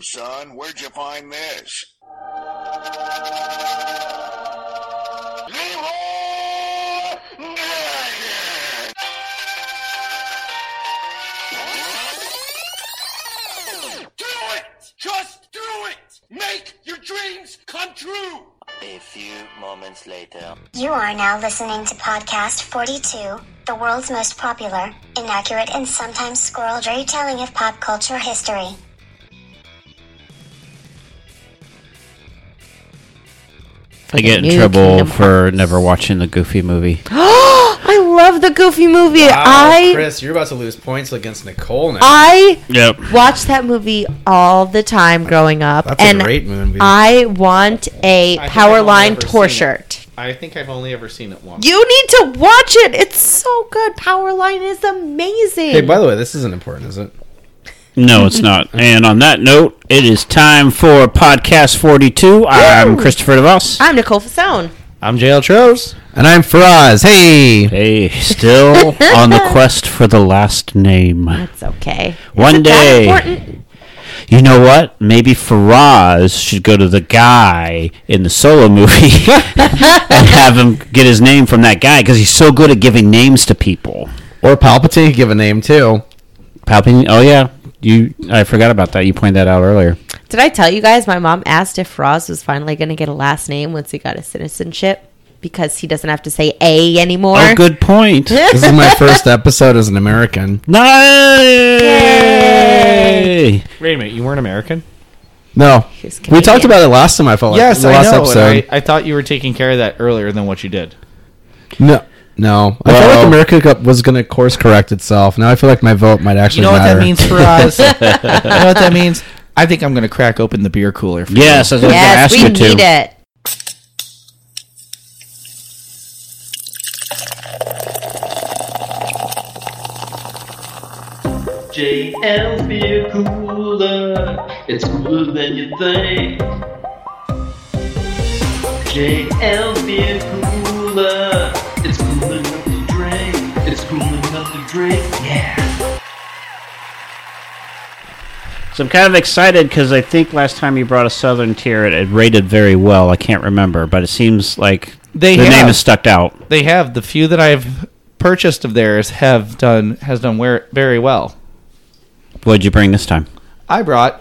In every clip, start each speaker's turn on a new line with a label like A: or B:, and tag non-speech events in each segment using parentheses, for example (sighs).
A: son. Where'd you find this? Leroy Nugget!
B: Do it! Just do it! Make your dreams come true!
C: A few moments later.
D: You are now listening to Podcast 42, the world's most popular, inaccurate, and sometimes squirreled retelling of pop culture history.
E: I get in
F: New
E: trouble
F: Kingdom
E: for
F: Hearts.
E: never watching the Goofy movie.
F: (gasps) I love the Goofy movie.
G: Wow,
F: I
G: Chris, you're about to lose points against Nicole now.
F: I
E: Yep.
F: watched that movie all the time growing up,
G: That's
F: and
G: a great movie.
F: I want a
G: think I've
F: power
G: only
F: line
G: ever
F: tour
G: seen it.
F: shirt.
G: I think I've only ever seen it once.
F: You need to watch it. It's so good. Power line is amazing.
G: Hey, by the way, this isn't important, is it?
E: No, it's not. and on that note, it is time for podcast 42. I'm Christopher
F: (laughs)
E: DeVos.
F: I'm Nicole Fasone.
G: I'm JL Tros. And I'm Faraz. Hey!
E: Hey, still on the quest for the last name.
F: It's okay.
E: One
F: Is it that
E: day.
F: important?
E: You know what? Maybe Faraz should go to the guy in the solo movie (laughs) and have him get his name from that guy because he's so good at giving names to people.
G: Or Palpatine could give a name, too.
E: Palpatine. Oh yeah, you. I forgot about that. You pointed that out earlier.
F: Did I tell you guys my mom asked if Roz was finally going to get a last name once he got his citizenship because he doesn't have to say A anymore?
E: Oh, good point.
G: This
H: (laughs)
G: is my first episode as an American.
E: Nice.
H: Wait a minute, you weren't American?
G: No.
F: He's
G: We
F: Canadian.
G: talked about it last time, I felt Oh, like.
H: yes,
G: the
H: I
G: last
H: know. and
G: episode.
H: I, I thought you were taking care of that earlier than what you did.
G: No. No. I felt like America got- was going to course correct itself. Now I feel like my vote might actually
H: You know what
G: matter.
H: that means for us?
G: (laughs)
H: you know what that means? I think I'm going to crack open the beer cooler. For
E: Yes, that's what
F: Yes,
E: I
F: we
E: was going to ask you
F: need
E: to.
F: it.
I: JL Beer Cooler. E It's cooler than you think. JL Beer Cooler. E It's cool enough to drink. It's cool enough to drink. Yeah.
E: So I'm kind of excited because I think last time you brought a Southern tier, it, it rated very well. I can't remember, but it seems like
H: They
E: the name
H: have.
E: is stuck out.
H: They have the few that I've purchased of theirs have done has done where, very well.
E: What'd you bring this time?
H: I brought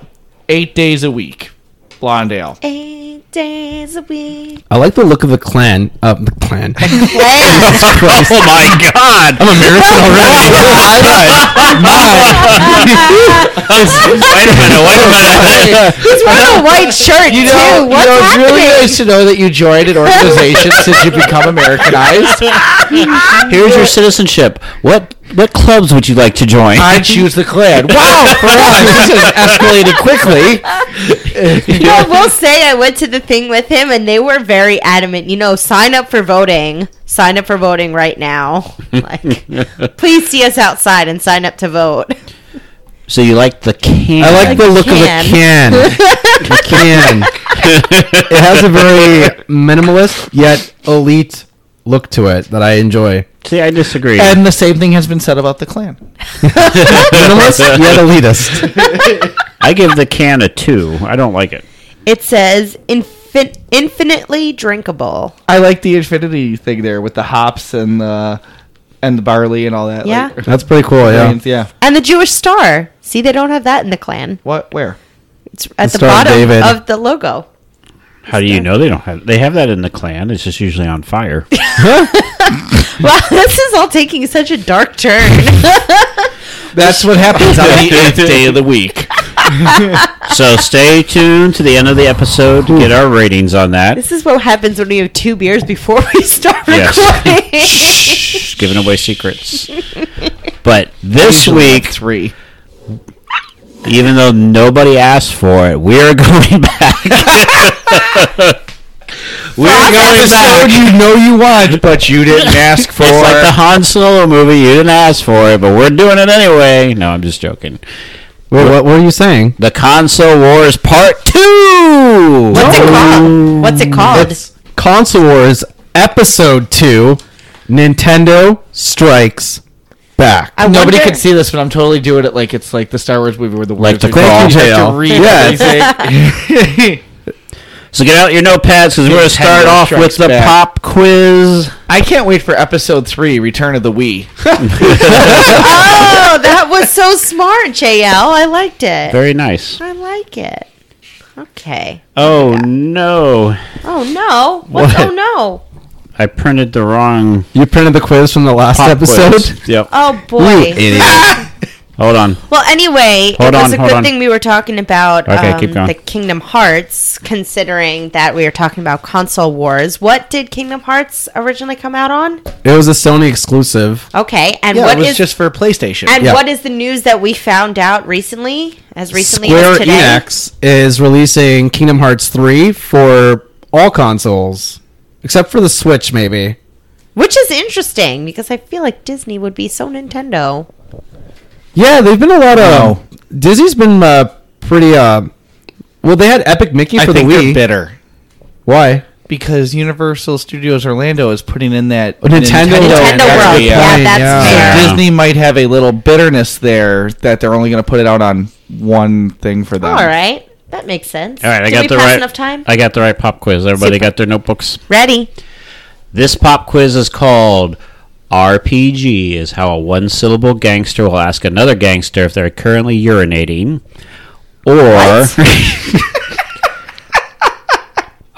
H: eight days a week blonde ale.
F: Eight days a week.
G: I like the look of the clan. Uh, the (laughs) clan.
E: (laughs) oh my God! I'm American already. (laughs)
F: (laughs)
G: (laughs)
E: wait a minute! Wait a
F: (laughs)
E: minute!
F: He's wearing a white shirt too. What's happening?
G: to know that you joined
H: (laughs)
G: an organization since you become Americanized. (laughs)
E: Here's your citizenship. What what clubs would you like to join?
G: I choose the clan. (laughs) Wow, Faraz, Oh, this has escalated quickly. (laughs)
F: No, I will say I went to the thing with him and they were very adamant. You know, sign up for voting. Sign up for voting right now. (laughs) Like, please see us outside and sign up to vote.
E: so you like the can?
G: I like the look of the can. The can. It has a very minimalist yet elite look to it that I enjoy.
E: See, I disagree.
H: And the same thing has been said about the clan.
G: (laughs) Minimalist yet elitist.
E: I give the can a two. I don't like it.
F: It says infin- infinitely drinkable.
H: I like the infinity thing there with the hops and the and the barley and all that.
F: Yeah.
H: like-
G: That's pretty cool. Yeah.
H: Grains, yeah.
F: And the Jewish star. See, they don't have that in the clan.
H: What? Where?
F: It's at the,
G: Star of
F: bottom
G: David.
F: of the logo.
E: How do you know they don't have? They have that in the clan. It's just usually on fire.
F: Wow, (laughs) this is all taking such a dark turn. (laughs)
G: That's what happens on
E: (laughs)
G: (laughs) the
E: eighth day of the week. (laughs) so stay tuned to the end of the episode to get our ratings on that.
F: this is what happens when we have two beers before we start
E: Yes.
F: recording.
E: Shh, giving away secrets. But this week,
H: three.
E: even though nobody asked for it, we are (laughs) going back. we are going back.
G: you know you want, (laughs) but you didn't (laughs) ask for.
E: It's like the Han Solo movie. You didn't ask for it, but we're doing it anyway. No, I'm just joking.
G: Wait, what were you saying?
E: The console wars part two.
F: What's it called? What's it called?
G: It's Console Wars Episode 2 Nintendo Strikes back.
F: I
H: Nobody
F: wonder-
H: could see this, but I'm totally doing it like it's like the Star Wars movie where the
E: Like
H: words
E: the
H: are just-
E: crawl.
H: you have to
E: Jail.
H: read
G: Yeah.
H: (laughs) everything.
E: So get out your notepads because we're going to start
H: Nintendo
E: off with
H: Strikes
E: the
H: Back.
E: pop quiz.
H: I can't wait for episode three, Return of the Wii.
F: Oh, that was so smart, JL. I liked it.
E: Very nice.
F: I like it. Okay.
E: Oh no,
F: Oh no. What?
G: What?
F: Oh no.
E: I printed the wrong
G: You printed the quiz from the last
E: pop
G: episode.
E: quiz. Yep.
F: Oh
G: You
F: boy.
G: idiot.
E: Hold on.
F: Well, anyway,
E: Hold
F: it
E: on,
F: was a
E: hold
F: good
E: on.
F: thing we were talking about
E: Okay,
F: um,
E: keep going.
F: the Kingdom Hearts, considering that we were talking about console wars. What did Kingdom Hearts originally come out on?
G: It was a Sony exclusive.
F: Okay, and
H: Yeah,
F: what
H: it was
F: is
H: just for PlayStation.
F: and
G: yeah.
F: what is the news that we found out recently? As recently as
G: Square
F: today,
G: Enix is releasing Kingdom Hearts 3 for all consoles except for the Switch maybe.
F: which is interesting because I feel like Disney would be so Nintendo.
G: Yeah, they've been a lot of Disney's been uh, pretty uh well they had Epic Mickey
H: I
G: for the
H: think they're
G: Wii.
H: bitter
G: Why?
H: because Universal Studios Orlando is putting in that
G: Oh, Nintendo
F: Nintendo
G: World.
F: World,
H: Yeah.
F: yeah,
G: Yeah.
F: that's
G: Yeah.
F: fair.
E: Yeah.
H: Disney might have a little bitterness there that they're only going to put it out on one thing for them.
F: All right, that makes sense.
E: Um, All right, I
F: Did
E: got
F: we
E: the
F: pass
E: right.
F: enough time.
E: I got the right pop quiz. Everybody got their notebooks.
F: Ready?
E: This pop quiz is called RPG is how a one syllable gangster will ask another gangster if they're currently urinating or (laughs)
F: (laughs)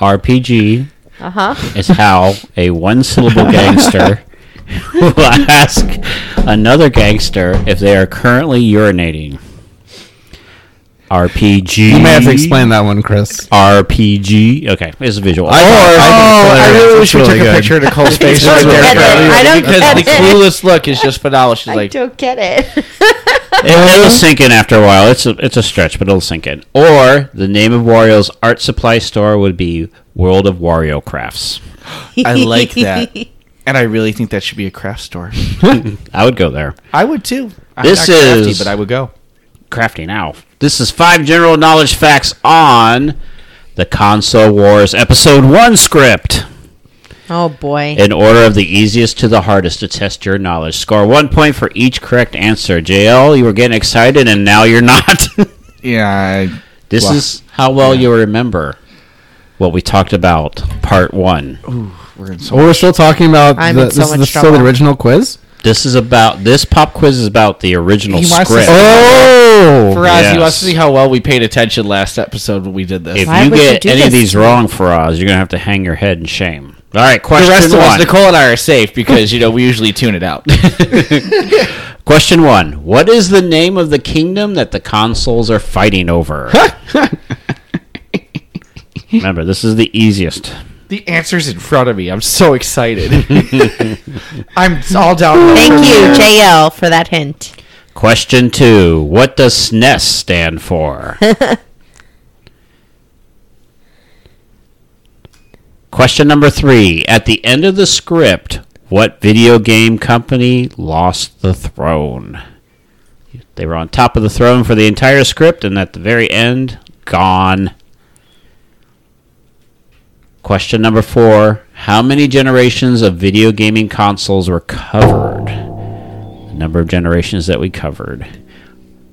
E: RPG
F: Uh huh.
E: is how a one syllable gangster (laughs) will ask another gangster if they are currently urinating. RPG
G: You may have to explain that one, Chris.
E: RPG okay, it's visual.
H: Oh, I really wish we took a picture of
G: (laughs)
H: Nicole's face right
G: really
H: there.
G: good.
H: for
F: I don't
H: everybody,
F: get (laughs)
H: because the
F: it.
H: clueless look is just phenomenal. She's
F: I
H: like,
F: don't get it. (laughs)
E: It,
G: (laughs)
E: it'll sink in after a while. It's a, it's a stretch, but it'll sink in. Or the name of Wario's art supply store would be World of Wario Crafts.
H: I
F: (laughs)
H: like that. And I really think that should be a craft store.
E: I would go there.
H: I would too. I'm
E: This
H: not crafty,
E: is-
H: but I would go.
E: Crafty now. This is five general knowledge facts on the Console Wars Episode 1 script.
F: oh boy.
E: In order of the easiest to the hardest to test your knowledge. Score one point for each correct answer. JL, you were getting excited and now you're not. (laughs)
H: Yeah.
E: this
H: Wow.
E: is how well you remember what we talked about, part one.
H: we're in so-
G: So we're still talking about
F: I'm
G: the,
F: in so
G: this is
F: much
G: the, still the
F: trouble.
G: original quiz.
E: This is about this pop quiz is about the original
H: He wants to
E: script.
H: say-
G: Oh,
H: Faraz, you want
E: Yes.
H: to see how well we paid attention last episode when we did this.
E: If
F: Why
E: you
F: would you
E: get
F: do
E: any of
F: this
E: these
F: to me?
E: wrong, Faraz, you're gonna have to hang your head in shame. All right, question
H: the rest of us,
E: one.
H: Nicole and I, are safe because you know we usually tune it out.
E: question one. What is the name of the kingdom that the consoles are fighting over? Remember, this is the easiest.
H: the answer's in front of me. I'm so excited. (laughs) I'm all down.
F: Thank you, JL, for that hint.
E: Question two. What does SNES stand for? Question number three. At the end of the script, what video game company lost the throne? They were on top of the throne for the entire script, and at the very end, gone. Question number four. How many generations of video gaming consoles were covered? the number of generations that we covered.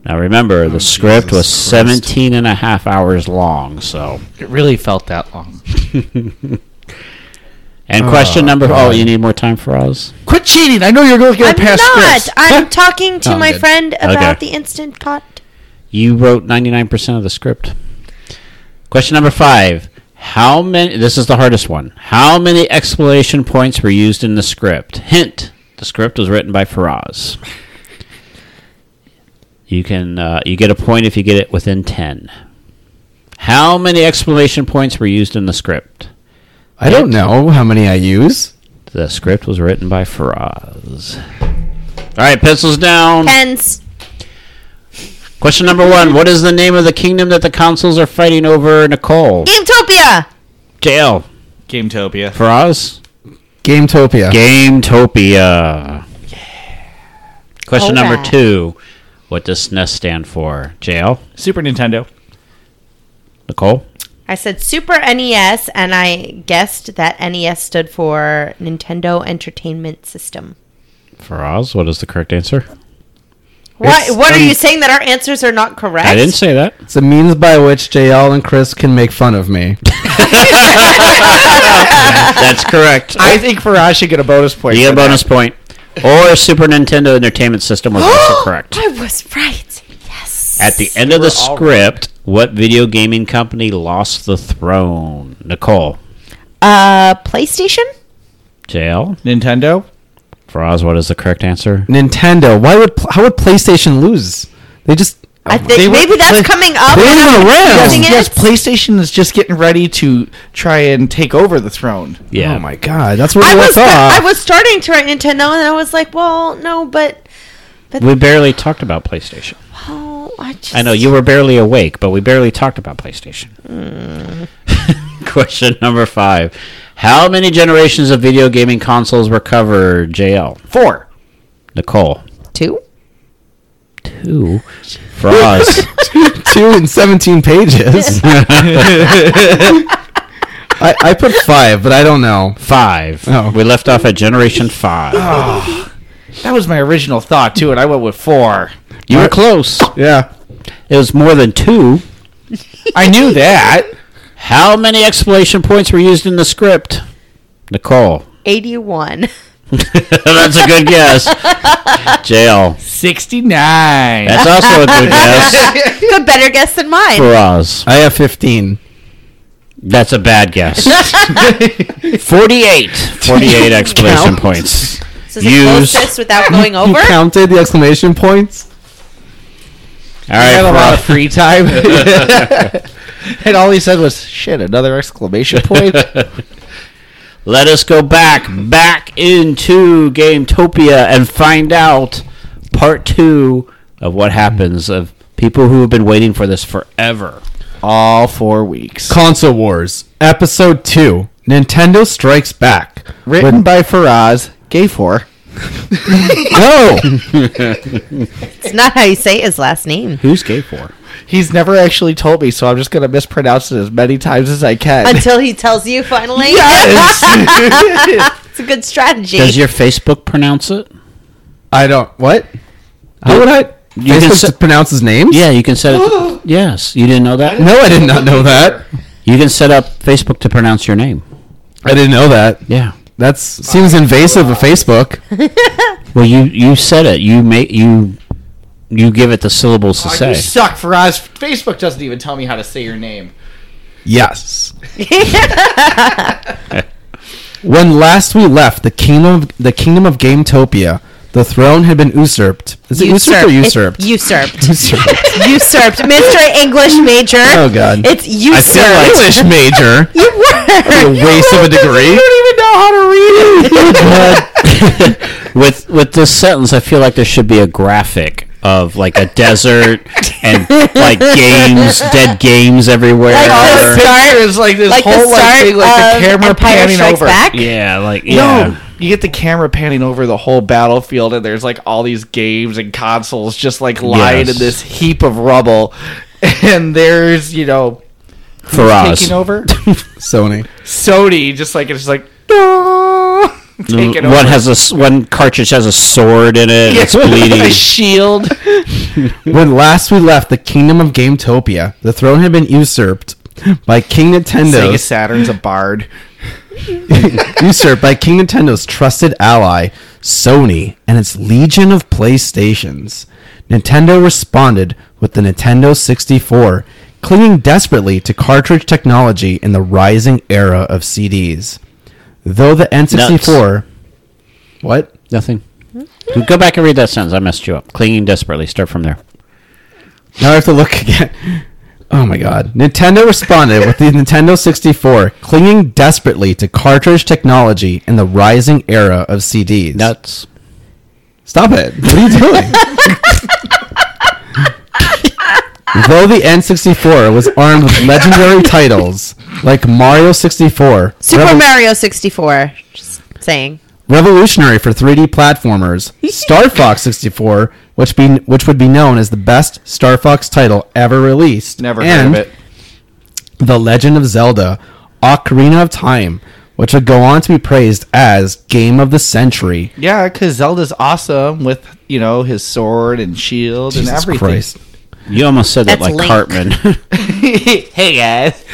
E: Now remember, the script was seventeen and a half 17 and a half hours long, so.
H: It really felt that long.
E: And question number Oh, you need more time for us?
H: Quit cheating! I know you're looking
F: I'm
H: at past
F: not.
H: scripts.
E: (laughs)
F: I'm talking to
H: Oh,
F: my
H: good.
F: friend about
E: Okay.
F: the instant pot.
E: You wrote 99% of the script. Question number 5. How many This is the hardest one. How many explanation points were used in the script? Hint. The script was written by Faraz. You can uh, you get a point if you get it within 10. How many explanation points were used in the script?
G: I don't know how many I use.
E: The script was written by Faraz. All right, pencils down.
F: Pens.
E: Question number one: What is the name of the kingdom that the consuls are fighting over? Nicole,
F: Gametopia!
E: JL,
H: Gametopia.
E: Faraz,
G: Gametopia.
E: Gametopia. Question
F: All
E: number
F: right.
E: two: What does SNES stand for? JL,
H: Super Nintendo.
E: Nicole,
F: I said Super NES, and E I guessed that NES stood for Nintendo Entertainment System.
E: Faraz, what is the correct answer?
F: What What are you saying that our answers are not correct?
E: I didn't say that.
G: It's a means by which JL and Chris can make fun of me.
E: That's correct.
H: (laughs) I think Faraj should get a bonus point.
E: you get
H: for
E: a bonus point. Or Super Nintendo Entertainment System was
F: (gasps)
E: also correct.
F: I was right. Yes.
E: At the end of the script, what video gaming company lost the throne? Nicole,
F: Uh, PlayStation.
E: JL,
H: that. Nintendo.
E: Faraz, what is the correct answer?
G: Nintendo. Why would pl- how would PlayStation lose? They just um,
F: I think
H: They were-
F: maybe that's
H: Play-
F: coming up.
G: They
F: and
G: were
F: I'm
G: around.
F: confusing it.
H: Yes, PlayStation is just getting ready to try and take over the throne.
E: Yeah.
G: Oh my god, that's where
F: I
G: I
F: was
G: left off.
F: I was starting to write Nintendo, and I was like, well, no, but
E: We barely talked about PlayStation.
F: oh, I just
E: I know you were barely awake, but we barely talked about PlayStation. (laughs) Question number five: How many generations of video gaming consoles were covered? JL,
H: Four.
E: Nicole,
F: two.
E: two,
H: (laughs)
E: Faraz,
G: Two and seventeen pages. (laughs) I, I put five, but I don't know.
E: five.
G: Oh.
E: We left off at generation five.
H: (sighs) That was my original thought too, and I went with four.
E: You were close.
G: Yeah.
E: It was more than two.
H: I knew that.
E: How many explanation points were used in the script? (laughs) Nicole.
F: 81.
E: That's a good (laughs) guess. JL.
H: Sixty-nine.
E: That's also a good guess.
F: (laughs) Good, better guess than (laughs) mine.
E: Faraz.
G: I have fifteen.
E: That's a bad guess. 48. 48 explanation points.
F: So is it
E: Use-
F: closest without going
G: You
F: over?
G: counted the exclamation points?
E: All
H: I had a lot
E: right,
H: of free time. and all he said was, shit, another exclamation (laughs) point.
E: Faraz. Let us go back, back into Gametopia and find out part two of what happens of people who have been waiting for this forever.
H: all four weeks.
G: (laughs) Console Wars, Episode Two. Nintendo Strikes Back.
H: Written by Faraz, gay for.
G: (laughs) No,
F: It's not how you say his last
G: (laughs)
F: name.
E: Who's gay for?
H: He's never actually told me, so I'm just going to mispronounce it as many times as I can.
F: Until he tells you finally.
H: Yes!
F: (laughs) it's a good strategy.
E: Does your Facebook pronounce it?
G: I don't. What? How would I? You
E: can
G: Facebook
E: se-
G: just pronounces names?
E: Yeah, you can set (gasps) it. yes, you didn't know that.
G: No, I did not know that.
E: You can set up Facebook to pronounce your name.
G: I didn't know that.
E: Yeah.
G: That's seems invasive of Facebook.
E: Well, you you said it. You make you you give it the syllables to
H: you
E: say.
H: suck, Faraz. Facebook doesn't even tell me how to say your name.
G: (laughs) Yes. when last we left the kingdom, of, the kingdom of Gametopia, the throne had been usurped. Is it usurped or usurped?
F: It's usurped. (laughs)
G: usurped.
F: usurped. Mr. English major.
G: Oh God.
F: It's
G: I
F: usurped.
G: feel like Oh, English major.
F: (laughs) you were.
G: a waste of a degree.
F: don't even know how to read it.
E: (laughs) with with this sentence, I feel like there should be a graphic of like a desert and like games, dead games everywhere.
F: Like
H: The
F: this-
H: picture is like this
F: Like
H: whole
F: the
H: like,
F: start
H: thing, like
F: of
H: the camera
F: Empire
H: panning
F: Strikes
H: over.
F: Back.
E: yeah, like
H: No,
E: yeah.
H: you get the camera panning over the whole battlefield, and there's like all these games and consoles just like lying
E: Yes.
H: in this heap of rubble, (laughs) and there's you know taking
E: Faraz.
H: over
G: Sony.
H: Sony, just like it's just like (laughs) no, taking over.
E: One Mm,
H: (laughs)
E: has a s- one cartridge has a sword in it. and It's
H: a (laughs)
E: bleeding. (laughs)
H: shield.
G: When last we left the kingdom of Gametopia, the throne had been usurped by King Nintendo.
H: Sega Saturn's a bard.
G: (laughs) usurped by King Nintendo's trusted ally, Sony, and its legion of PlayStations. Nintendo responded with the Nintendo 64, clinging desperately to cartridge technology in the rising era of CDs. Though the N64. What?
E: Nothing. Go back and read that sentence. I messed you up. Clinging desperately. Start from there.
G: Now I have to look again. Oh my god. Nintendo responded with the Nintendo 64, clinging desperately to cartridge technology in the rising era of CDs.
E: Nuts.
G: Stop it. What are you (laughs) doing? Though the N64 was armed with legendary titles like Mario 64,
F: Super
G: revo-
F: Mario 64. Just saying.
G: revolutionary for 3D
H: (laughs)
G: platformers, Star Fox 64, which be which would be known as the best Star Fox title ever released,
H: Never
G: and
H: heard of it.
G: The Legend of Zelda: Ocarina of Time, which would go on to be praised as Game of the Century.
H: Yeah, because Zelda's awesome with you know his sword and shield and
G: Jesus
H: everything.
G: Christ.
E: You almost said that like
F: That's Link.
E: (laughs) Cartman.
H: (laughs) hey guys,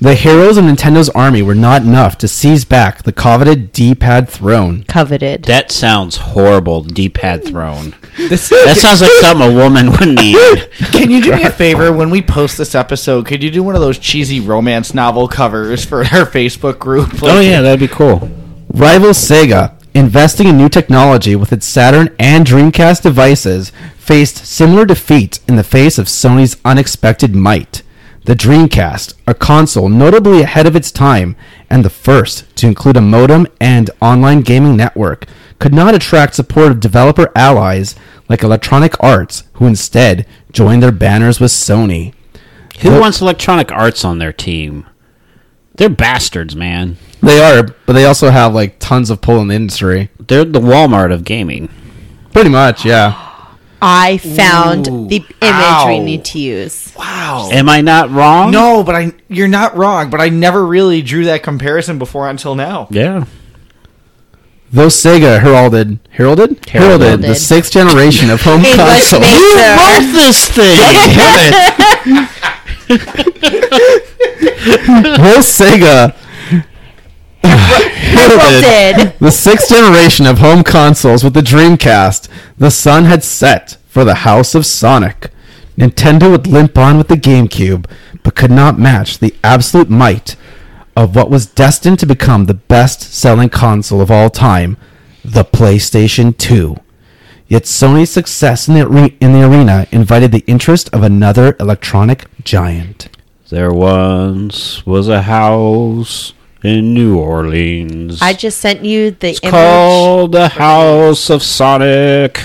G: The heroes of Nintendo's army were not enough to seize back the coveted D pad throne.
F: Coveted.
E: that sounds horrible. D-pad throne.
H: (laughs) this
E: That sounds
H: (laughs)
E: like something a woman would need.
H: Can you
G: (laughs)
H: do me a favor when we post this episode? Could you do one of those cheesy romance novel covers for our Facebook group?
E: oh yeah, that'd be cool.
G: Rival Sega, investing in new technology with its Saturn and Dreamcast devices, faced similar defeat in the face of Sony's unexpected might. The Dreamcast, a console notably ahead of its time and the first to include a modem and online gaming network, could not attract support of developer allies like Electronic Arts, who instead joined their banners with Sony.
E: Who wants Electronic Arts on their team? They're bastards, man.
G: They are, but they also have like tons of pull in the industry.
E: They're the Walmart of gaming.
G: Pretty much, yeah.
F: I found the image we
H: ow.
F: need to
H: (laughs)
F: use.
H: Wow.
E: Am I not wrong?
H: Oh. No, but I you're not wrong, but I never really drew that comparison before until now.
E: Yeah.
G: Though Sega heralded heralded heralded,
H: (laughs)
G: the
F: Heralded.
G: sixth generation of home
F: English
G: console.
F: major.
E: this thing.
G: (laughs) Though Sega heralded
H: (laughs)
F: Coveted.
G: the sixth generation of home consoles with the Dreamcast, the sun had set for the House of Sonic. Nintendo would limp on with the GameCube, but could not match the absolute might of what was destined to become the best-selling console of all time, the PlayStation 2. Yet Sony's success in the, are- in the arena invited the interest of another electronic giant.
E: there once was a house in New Orleans.
F: I just sent you the
E: it's
F: image.
E: called the House of Sonic.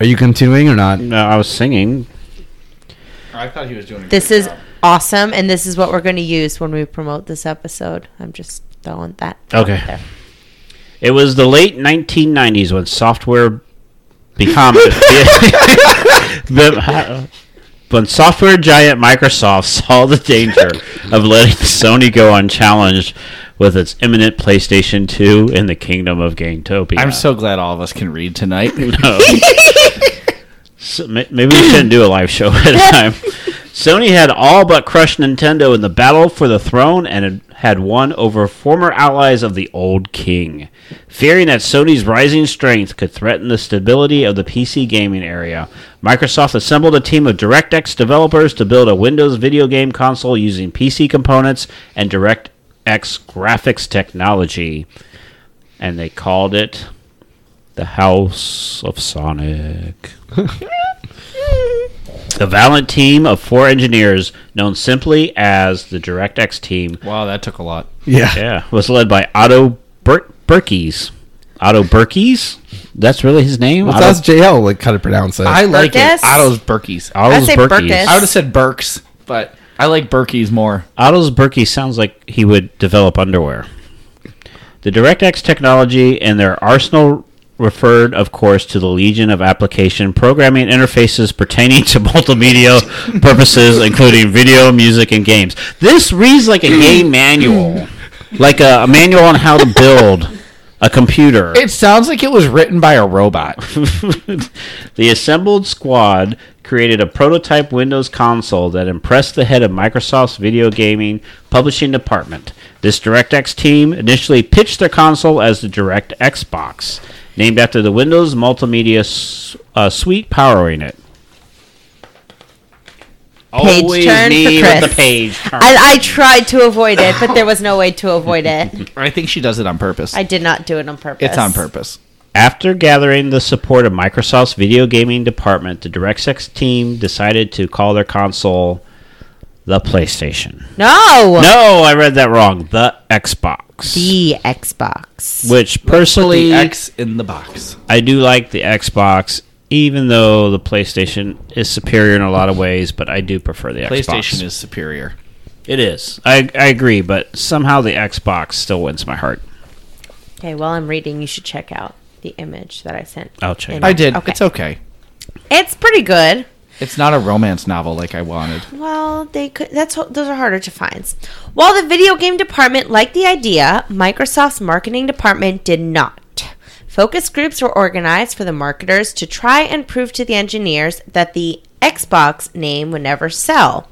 G: Are you continuing or not?
E: No, I was singing.
H: I thought he was doing
F: This is awesome, and this is what we're going to use when we promote this episode. I'm just throwing that.
E: Okay. It was the late 1990s when software became the- (laughs) when software giant Microsoft (laughs) saw the danger of letting Sony go unchallenged with its imminent PlayStation 2 in the kingdom of Gangtopia.
H: I'm so glad all of us can read tonight. (laughs)
E: No. (laughs) So, ma- maybe we shouldn't do a live show (laughs) at a time. Sony had all but crushed Nintendo in the battle for the throne and had- had won over former allies of the old king. Fearing that Sony's rising strength could threaten the stability of the PC gaming area, Microsoft assembled a team of DirectX developers to build a Windows video game console using PC components and DirectX graphics technology. And they called it the House of Sonic. (laughs) the valiant team of four engineers, known simply as the DirectX team,
H: wow, that took a lot.
G: Yeah.
E: yeah, was led by Otto Bur- Berkes. Otto Berkes? That's really his name?
G: Well,
E: Otto-
G: that's JL, like how to pronounce it.
H: I like
F: Burkus?
H: it. Otto's Berkey's. I
E: Otto's
F: I'd say
E: Berkes.
F: Berkus.
H: would have said Burks, but I like Berkey's more.
E: Otto's Berkey sounds like he would develop underwear. The DirectX technology and their arsenal referred, of course, to the legion of application programming interfaces pertaining to (laughs) multimedia purposes, including video, music, and games. This reads like a game manual, like a, a manual on how to build a computer.
H: It sounds like it was written by a
E: (laughs)
H: robot.
E: the assembled squad created a prototype Windows console that impressed the head of Microsoft's video gaming publishing department. This DirectX team initially pitched their console as the Direct Xbox, named after the Windows multimedia s- uh, suite powering it.
F: Page turn for
E: me with
F: Chris.
E: the page. turn.
F: I, I tried to avoid it, but there was no way to avoid
H: (laughs)
F: it.
H: I think she does it on purpose.
F: I did not do it on purpose.
H: it's on purpose.
E: After gathering the support of Microsoft's video gaming department, the DirectX team decided to call their console the PlayStation.
F: No!
E: No, I read that wrong. The Xbox.
F: The Xbox.
E: which
H: The
E: personally,
H: X in the box.
E: I do like the Xbox, even though the PlayStation is superior in a lot of ways. But I do prefer the
H: PlayStation
E: Xbox.
H: is superior.
E: it is. I I agree, but somehow the Xbox still wins my heart.
F: Okay, while I'm reading, you should check out the image that I sent.
E: I'll check. it
F: And-
E: out.
H: I did.
F: Okay.
H: It's okay.
F: It's pretty good.
H: It's not a romance novel like I wanted.
F: Well, they could. That's ho- those are harder to find. While the video game department liked the idea, Microsoft's marketing department did not. Focus groups were organized for the marketers to try and prove to the engineers that the Xbox name would never sell.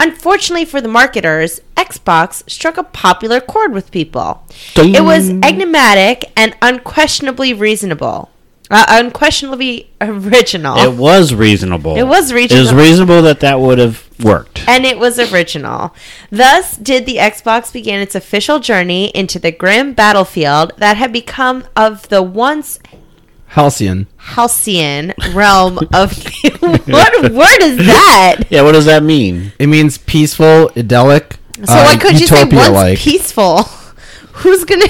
F: Unfortunately for the marketers, Xbox struck a popular chord with people. It was enigmatic and unquestionably reasonable. Uh, unquestionably original.
E: It was reasonable.
F: Oh. It was
E: It was
F: reasonable.
E: reasonable that that would have worked.
F: and it was original. Thus did the Xbox begin its official journey into the grim battlefield that had become of the once
G: Halcyon.
F: halcyon realm of what word is that?
E: Yeah, what does that mean?
G: It means peaceful, idyllic.
F: So why could you say once peaceful? (laughs) Who's gonna?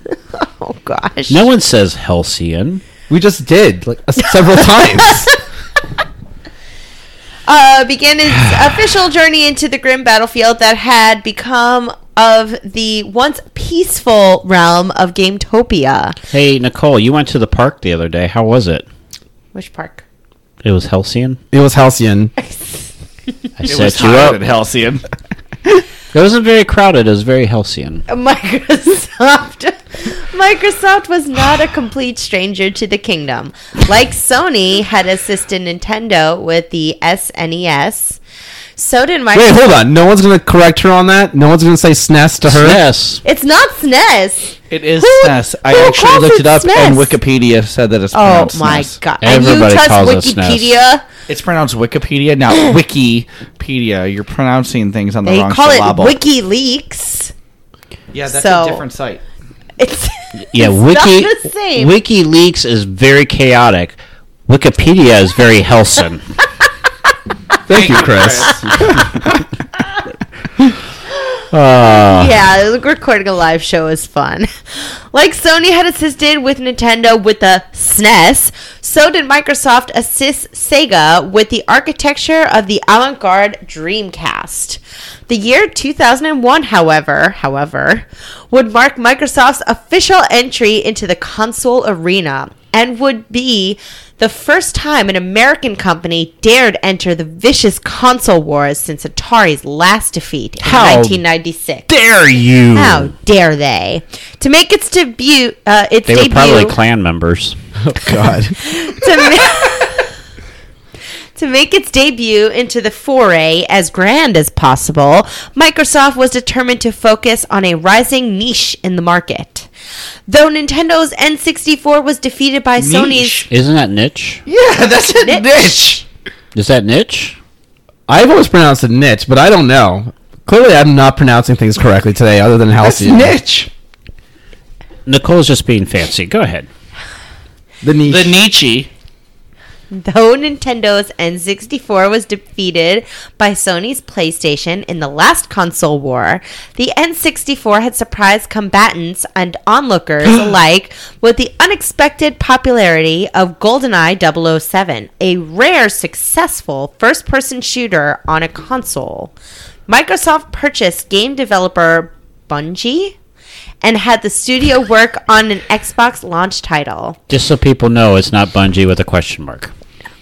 F: (laughs) oh gosh.
E: No one says Halcyon.
G: we just did like
H: (laughs)
G: several times.
F: uh, began its official journey into the grim battlefield that had become of the once peaceful realm of Gametopia.
E: Hey, Nicole, you went to the park the other day. How was it?
F: Which park?
E: It was Halcyon.
G: It was Halcyon.
E: I set you up.
H: Halcyon.
E: It wasn't very crowded. It was very Halcyon.
F: Microsoft (laughs) Microsoft was not a complete stranger to the kingdom. Like Sony had assisted Nintendo with the SNES, so did Microsoft.
G: Wait, hold on. No one's gonna correct her on that. No one's gonna say SNES to her.
E: Yes.
F: (laughs) It's not E SNES.
H: It is
F: Who-
H: SNES. I
F: who
H: actually
F: calls
H: looked it
F: it
H: up, and
F: SNES?
H: Wikipedia said that it's E
F: Oh
H: pronounced
F: my
H: SNES.
F: god! and
E: Everybody
F: you trust
E: calls it E SNES.
F: Wikipedia?
H: It's pronounced Wikipedia,
F: (coughs)
H: not Wikipedia. You're pronouncing things on the
F: They
H: wrong
F: call
H: syllable.
F: it WikiLeaks.
H: yeah, that's
F: so-
H: a different site.
F: It's
E: Yeah,
F: it's
E: Wiki
F: (laughs) not the same.
E: WikiLeaks is very chaotic. Wikipedia is very Halcyon.
F: (laughs)
G: Thank you, Chris.
F: yeah, recording a live show is fun. (laughs) Like Sony had assisted with Nintendo with the SNES, so did Microsoft assist Sega with the architecture of the avant-garde Dreamcast. The year 2001, however, however, would mark Microsoft's official entry into the console arena and would be the first time an American company dared enter the vicious console wars since Atari's last defeat in
E: How
F: 1996.
E: Dare you?
F: How dare they? To make its debut, uh, its
E: They were
F: debut
E: probably clan members.
G: God.
F: to, ma- (laughs) to make its debut into the foray as grand as possible, Microsoft was determined to focus on a rising niche in the market. Though Nintendo's N64 was defeated by Sony's
E: Isn't that niche?
H: Yeah, that's a
F: Niche.
H: niche.
E: Is that niche?
G: I've always pronounced it niche, but I don't know. Clearly, I'm not pronouncing things correctly today, other than
H: That's
G: Halcyon.
H: niche.
E: Nicole's just being fancy. Go ahead.
G: The niche.
H: The Nietzsche.
F: Though Nintendo's N64 was defeated by Sony's PlayStation in the last console war, the N64 had surprised combatants and onlookers alike with the unexpected popularity of GoldenEye 007, a rare successful first person shooter on a console. Microsoft purchased game developer Bungie and had the studio work on an Xbox launch title.
E: Just so people know, it's not Bungie with a question mark.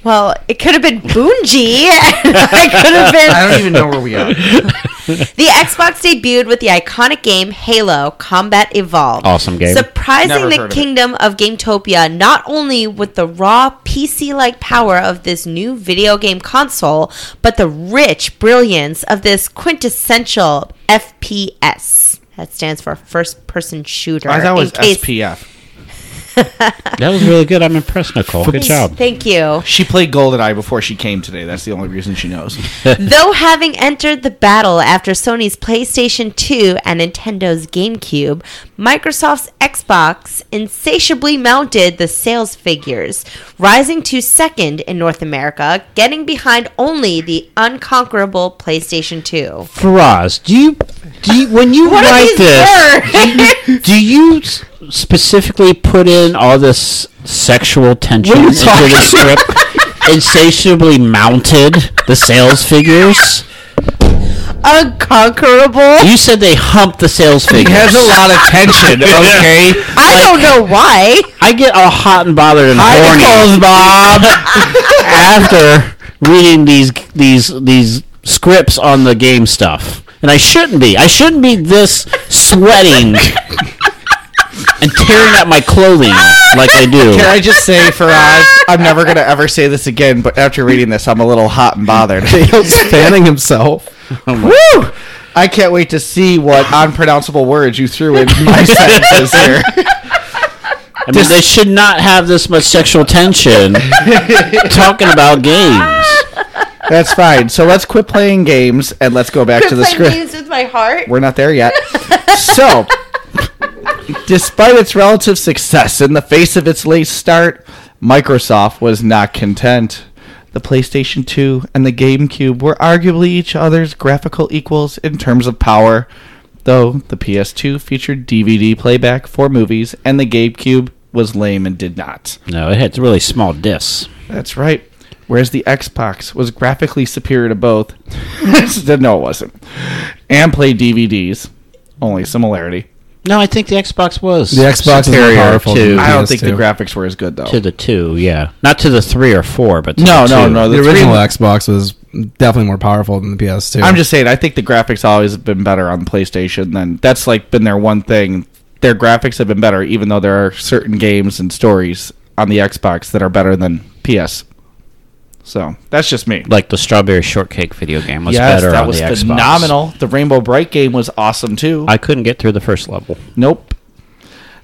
F: Well, it could have been (laughs) Bungie. and I could have been.
H: I don't even know where (laughs) we are.
F: The Xbox debuted with the iconic game Halo Combat Evolved.
E: Awesome game.
F: Surprising
H: Never
F: the
H: heard of it.
F: kingdom of Gametopia not only with the raw PC like power of this new video game console, but the rich brilliance of this quintessential FPS. That stands for first person shooter.
H: I thought it
F: in
H: was
F: case-
H: SPF.
E: That was really good. I'm impressed, Nicole. Good job.
F: Thank you.
H: She played GoldenEye before she came today. That's the only reason she knows.
F: Though having entered the battle after Sony's PlayStation 2 and Nintendo's GameCube, Microsoft's Xbox insatiably mounted the sales figures, rising to second in North America, getting behind only the unconquerable PlayStation 2.
E: Faraz, do you, do you when you
F: What are
E: write
F: these
E: this,
F: words?
E: do you s- specifically put in all this sexual tension into the script? Insatiably mounted the sales figures.
F: unconquerable?
E: You said they humped the sales figures.
H: There's a lot of
G: (laughs)
H: tension, okay?
F: I don't know why.
E: I get all hot and bothered and horny
G: Bob.
E: (laughs) after reading these these these scripts on the game stuff, and I shouldn't be. I shouldn't be this sweating and tearing up my clothing like I do.
H: Can I just
F: (laughs)
H: say, Faraz, I'm never gonna ever say this again, but after reading this, I'm a little hot
F: (laughs)
H: and bothered.
G: Dale's fanning himself.
H: (laughs) Woo! I can't wait to see what unpronounceable words you threw in
F: (laughs)
H: my sentences here.
E: I mean, they should not have this much sexual
G: (laughs)
E: tension talking about games.
H: That's fine. So let's quit playing games and let's go back to the
F: Play
H: script.
F: games with my heart.
H: We're not there yet. so, despite its relative success in the face of its late start, Microsoft was not content. The PlayStation 2 and the GameCube were arguably each other's graphical equals in terms of power, though the PS2 featured DVD playback for movies and the GameCube was lame and did not.
E: No, it had really small discs.
H: That's right. Whereas the Xbox was graphically superior to both. (laughs) no, it wasn't. And played DVDs. Only similarity.
E: No, I think the Xbox was
G: The Xbox is more
E: superior
G: powerful
E: to,
G: than
H: I don't
G: PS2.
H: think the graphics were as good though.
E: to the two. Yeah, not to the three or four, but to
H: No,
E: the
H: no,
E: two.
H: no.
G: The
H: three-
G: original Xbox was definitely more powerful than the PS2.
H: I'm just saying. I think the graphics always have been better on the PlayStation. Than that's like been their one thing. Their graphics have been better, even though there are certain games and stories on the Xbox that are better than PS. So that's just me.
E: Like the Strawberry Shortcake video game was better
H: that
E: on
H: was
E: the Xbox.
H: phenomenal. The Rainbow Bright game was awesome too.
E: I couldn't get through the first level.
H: Nope.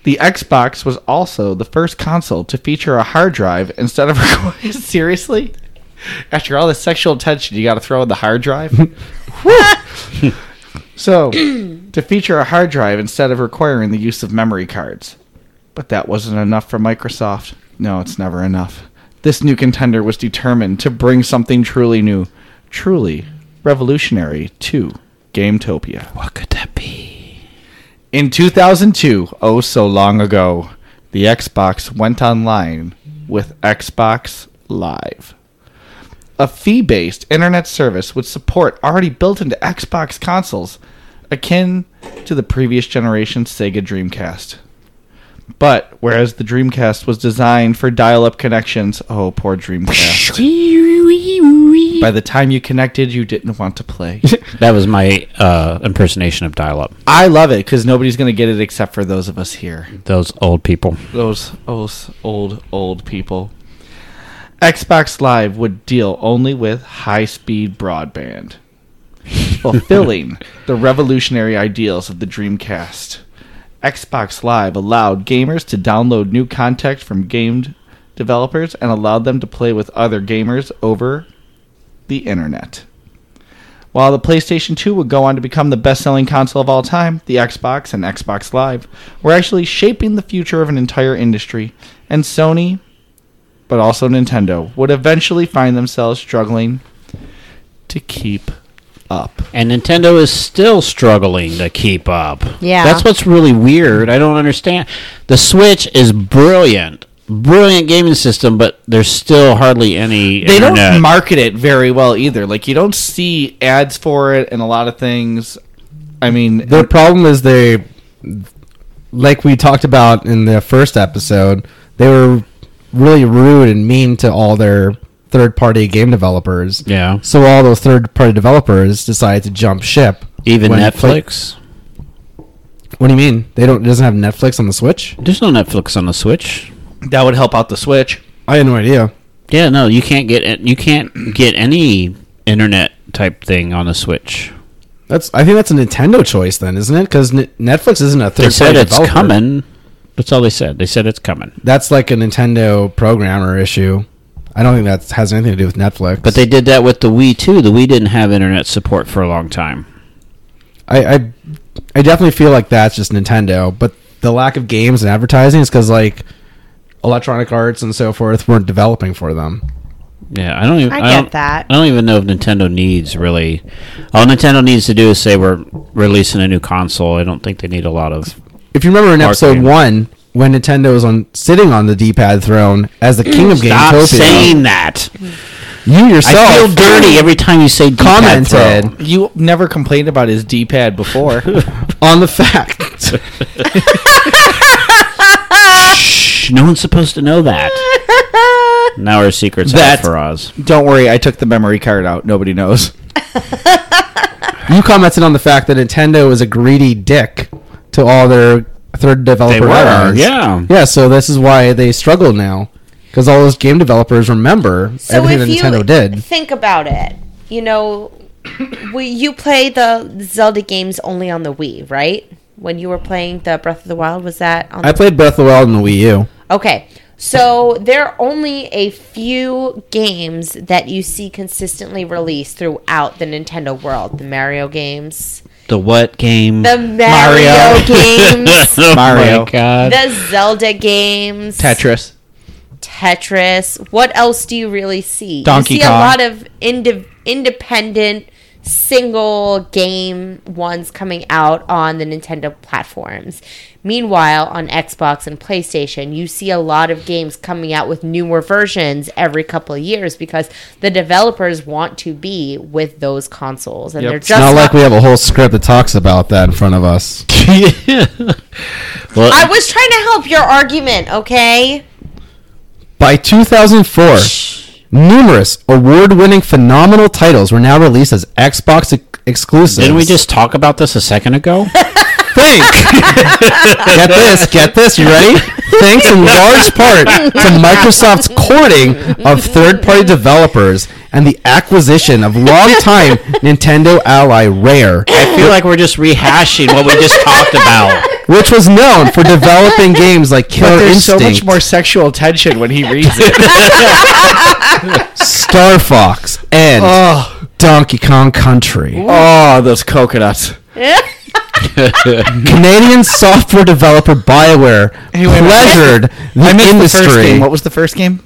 H: The Xbox was also the first console to feature a hard drive instead of (laughs) a seriously. After all the sexual tension, you got to throw in the hard drive. Whew. so, to feature a hard drive instead of requiring the use of memory cards. But that wasn't enough for Microsoft. No, it's never enough. This new contender was determined to bring something truly new, truly revolutionary to Gametopia.
E: What could that be?
H: In 2002, oh so long ago, the Xbox went online with Xbox Live. A fee based internet service with support already built into Xbox consoles, akin to the previous generation's Sega Dreamcast. But whereas the Dreamcast was designed for dial up connections, oh,
E: (laughs)
H: poor Dreamcast. By the time you connected, you didn't want to play. (laughs)
E: That was my uh, impersonation of dial-up.
H: I love it because nobody's going to get it except for those of us here.
E: Those old people.
H: those those old old people. Xbox Live would deal only with high-speed broadband, fulfilling the revolutionary ideals of the Dreamcast. Xbox Live allowed gamers to download new content from game developers and allowed them to play with other gamers over the internet. While the PlayStation 2 would go on to become the best selling console of all time, the Xbox and Xbox Live were actually shaping the future of an entire industry, and Sony, but also Nintendo, would eventually find themselves struggling to keep up.
E: And Nintendo is still struggling to keep up.
F: Yeah.
E: That's what's really weird. I don't understand. The Switch is brilliant. Brilliant gaming system, but there's still hardly any
H: They
E: internet.
H: don't market it very well either. Like, you don't see ads for it and a lot of things. I mean,
G: Their problem is they, like we talked about in the first episode, they were really rude and mean to all their third-party game developers.
E: yeah.
G: So all those third-party developers decided to jump ship.
E: Even
G: When
E: Netflix.
G: What do you mean? They don't it doesn't have Netflix on the Switch?
E: There's no Netflix on the Switch.
H: that would help out the Switch.
G: I had no idea.
E: Yeah, no, you can't get it- you can't get any internet type thing on the Switch.
G: That's I think that's a Nintendo choice then, isn't it? Because Netflix isn't a
E: They
G: third-party
E: said it's
G: developer.
E: coming. That's all they said. They said it's coming.
G: That's like a Nintendo programmer issue. I don't think that has anything to do with Netflix.
E: But they did that with the Wii too. The Wii didn't have internet support for a long time.
G: I, I I definitely feel like that's just Nintendo, but the lack of games and advertising is because like Electronic Arts and so forth weren't developing for them.
E: Yeah, I don't even.
F: I
E: don't-
F: get that.
E: I don't even know if Nintendo needs really. All Nintendo needs to do is say we're releasing a new console. I don't think they need a lot of.
G: If you remember in episode
E: Marketing.
G: one, when Nintendo was on sitting on the D-pad throne as the king of
E: Stop
G: Gamecopia,
E: saying that.
G: you yourself
E: I feel dirty every time you say D-pad throw.
G: commented
H: You never complained about his D pad before.
G: on the fact.
E: (laughs) Shh, no one's supposed to know that. Now our secret's
H: That-
E: out for Oz.
H: (laughs) Don't worry, I took the memory card out. Nobody knows.
G: You commented on the fact that Nintendo is a greedy dick to all their third developer
E: were,
G: add-ons.
E: yeah.
G: yeah. So this is why they struggle now, because all those game developers remember
F: So
G: everything
F: if you
G: that Nintendo did.
F: think about it, you know, we, you play the Zelda games only on the Wii, right? When you were playing the Breath of the Wild, was that on
G: I played Breath of the Wild on the Wii U.
F: Okay. So there are only a few games that you see consistently released throughout the Nintendo world. The Mario games,
E: The what game? (laughs)
F: the Mario,
G: (laughs)
F: games,
E: oh
H: Mario.
E: my god.
F: the Zelda games,
H: Tetris.
F: Tetris. What else do you really see?
H: Donkey
F: you see
H: Kong.
F: a lot of indi- independent single game ones coming out on the Nintendo platforms. Meanwhile, on Xbox and PlayStation, you see a lot of games coming out with newer versions every couple of years because the developers want to be with those consoles and they're
H: Yep.
F: just
G: Not like
F: not-
G: we have a whole script that talks about that in front of us.
E: well,
F: I was trying to help your argument, okay?
G: By 2004, numerous award-winning phenomenal titles were now released as Xbox ex- exclusives.
E: didn't we just talk about this a second
F: (laughs)
E: ago?
H: (laughs)
G: think. get this, get this, you ready? Thanks in large part to Microsoft's courting of third party developers and the acquisition of longtime Nintendo ally Rare,
E: I feel like we're just rehashing what we just talked
F: (laughs)
E: about.
G: which was known for developing games like Killer
H: There's so
G: Instinct,
H: much more sexual tension when he reads (laughs) it.
G: Star Fox, and
H: oh,
G: Donkey Kong Country.
H: oh, those coconuts.
G: Canadian software developer BioWare
H: Anyway,
G: pleasured the
H: I missed the first
G: industry.
H: game. What was the first game?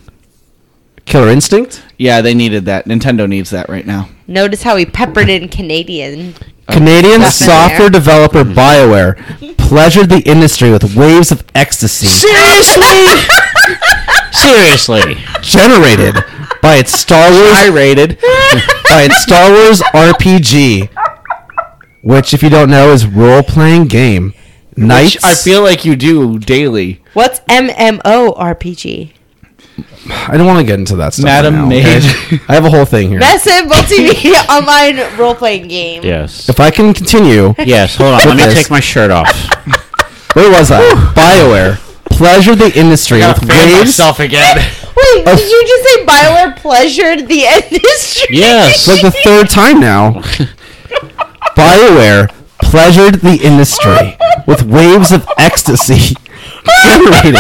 G: Killer Instinct?
H: Yeah, they needed that. Nintendo needs that right now.
F: Notice how he peppered in
G: (laughs)
F: Canadian.
G: Canadian
F: Nothing there.
G: software developer
H: Mm.
G: BioWare pleasured the industry with waves of ecstasy
E: Seriously? Seriously.
G: (laughs) generated by its Star Wars
H: rated.
G: by its Star Wars RPG, which, if you don't know, is role playing game. Knights.
H: I feel like you do daily.
F: What's MMORPG?
G: I don't want to get into that stuff.
H: Madam
G: now,
H: Maid.
G: okay? I have a whole thing here.
F: Massive (laughs) multimedia online role playing game.
E: Yes.
G: If I can continue,
E: Yes, hold on. Let me
G: Goodness.
E: take my shirt off.
G: where was I? BioWare pleasured the industry with waves.
F: (laughs)
H: myself again.
F: Wait, did you just say Bioware pleasured the (laughs) industry?
E: Yes.
G: Like the
F: (laughs)
G: third time now. (laughs) BioWare pleasured the industry with waves of ecstasy (laughs) generated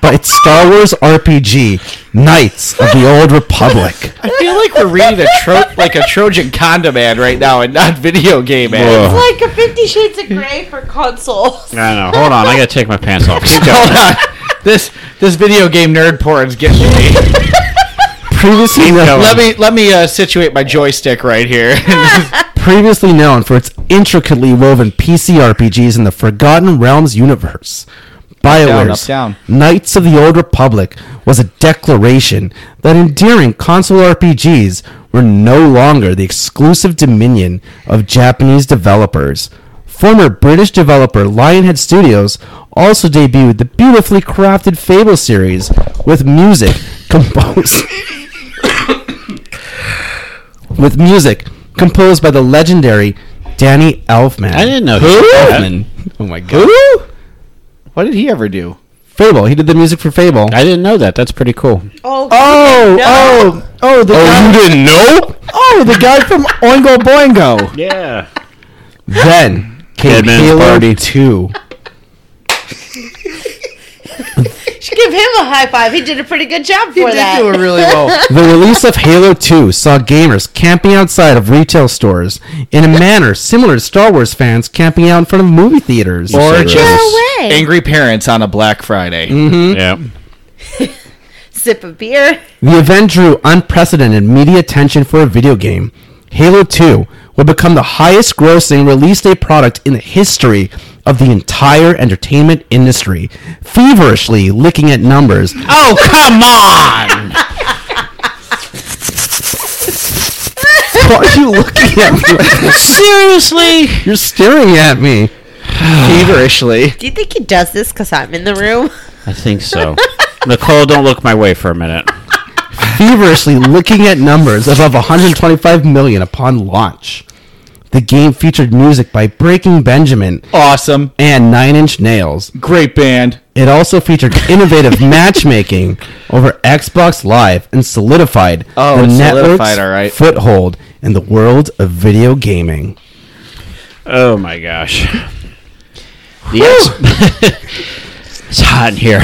G: by its Star Wars RPG, Knights of the Old Republic.
H: (laughs) I feel like we're reading a tro- like a Trojan condom ad right now and not video game ad.
E: Ugh.
F: Like a Fifty Shades of Grey for (laughs) consoles.
E: I know. Hold on. I gotta take my pants off. Keep going.
H: Hold on. This this video game nerd porn's getting to (laughs) me.
G: Previously, known,
H: let me let me uh, situate my joystick right here. (laughs)
G: previously known for its intricately woven PC RPGs in the Forgotten Realms universe. BioWare's
H: down.
G: Knights of the Old Republic was a declaration that endearing console RPGs were no longer the exclusive dominion of Japanese developers. Former British developer Lionhead Studios also debuted the beautifully crafted Fable series with music composed (laughs) with music composed by the legendary Danny Elfman.
E: I didn't know he did that.
G: Elfman. Oh my god. Who?
H: what did he ever do?
G: Fable. He did the music for Fable.
E: I didn't know that. That's pretty cool.
F: Oh,
G: Oh, oh, oh, the guy. you didn't know? Oh, the guy from Oingo Boingo.
E: Yeah.
G: Then came
E: Dead Man's
G: Halo
E: Party.
G: 2.
F: give him a high five. He did a pretty good job for that.
H: really (laughs) well.
G: The release of Halo 2 saw gamers camping outside of retail stores in a manner similar to Star Wars fans camping out in front of movie theaters.
H: or
E: Say
H: just
F: way.
H: angry parents on a Black Friday.
E: Yeah.
F: Sip of beer.
G: The event drew unprecedented media attention for a video game. Halo 2 would become the highest grossing release day product in the history of the entire entertainment industry, feverishly licking at numbers.
E: Oh come on!
G: Why are you looking at me?
E: Seriously?
G: You're staring at me.
H: Feverishly.
F: Do you think he (laughs) does this because I'm in the room?
E: I think so. Nicole, don't look my way for a minute.
G: feverishly looking at numbers above 125 million upon launch. The game featured music by Breaking Benjamin
H: Oh. Awesome.
G: and Nine Inch Nails.
H: Great band.
G: It also featured
H: (laughs)
G: innovative matchmaking over Xbox Live and solidified
H: Oh,
G: the
H: it solidified,
G: network's
H: all right.
G: foothold in the world of video gaming.
E: Oh my gosh. The X- (laughs) it's hot in here.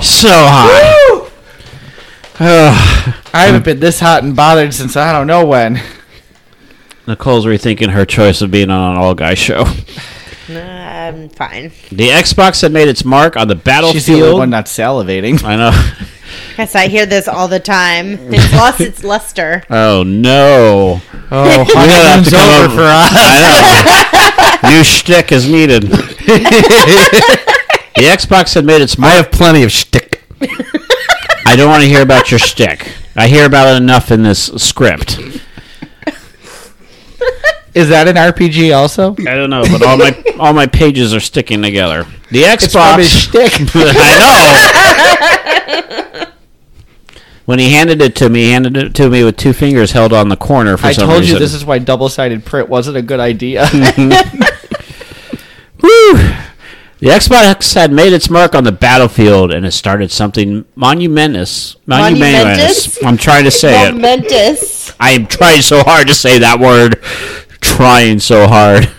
E: So hot.
H: I haven't been this hot and bothered since I don't know when.
E: Nicole's rethinking her choice of being on an all guy show.
F: I'm Um, fine.
E: The Xbox had made its mark on the battlefield.
H: She's the only one not salivating.
E: I know. (laughs)
F: Because I hear this all the time. It's lost (laughs) its luster.
E: Oh no.
H: (laughs) Oh,
E: We're gonna have to come over for us. I know. New shtick is needed. the Xbox had made its mark.
G: I have plenty of shtick.
E: I don't want to hear about your shtick. I hear about it enough in this script.
H: Is that an RPG (laughs) also?
E: I don't know, but all
H: (laughs)
E: my all my pages are sticking together. The
H: probably (laughs)
E: Xbox
H: shtick.
E: (laughs) I know. when he handed it to me, he handed it to me with two fingers held on the corner for
H: I
E: some
H: told
E: reason.
H: you this is why double sided print wasn't a good idea.
E: Woo! The Xbox had made its mark on the battlefield, and it started something monumentous. Monumentous.
F: Monumentous?
E: I'm trying to say it.
F: Momentous.
E: I am trying so hard to say that word. Trying so hard.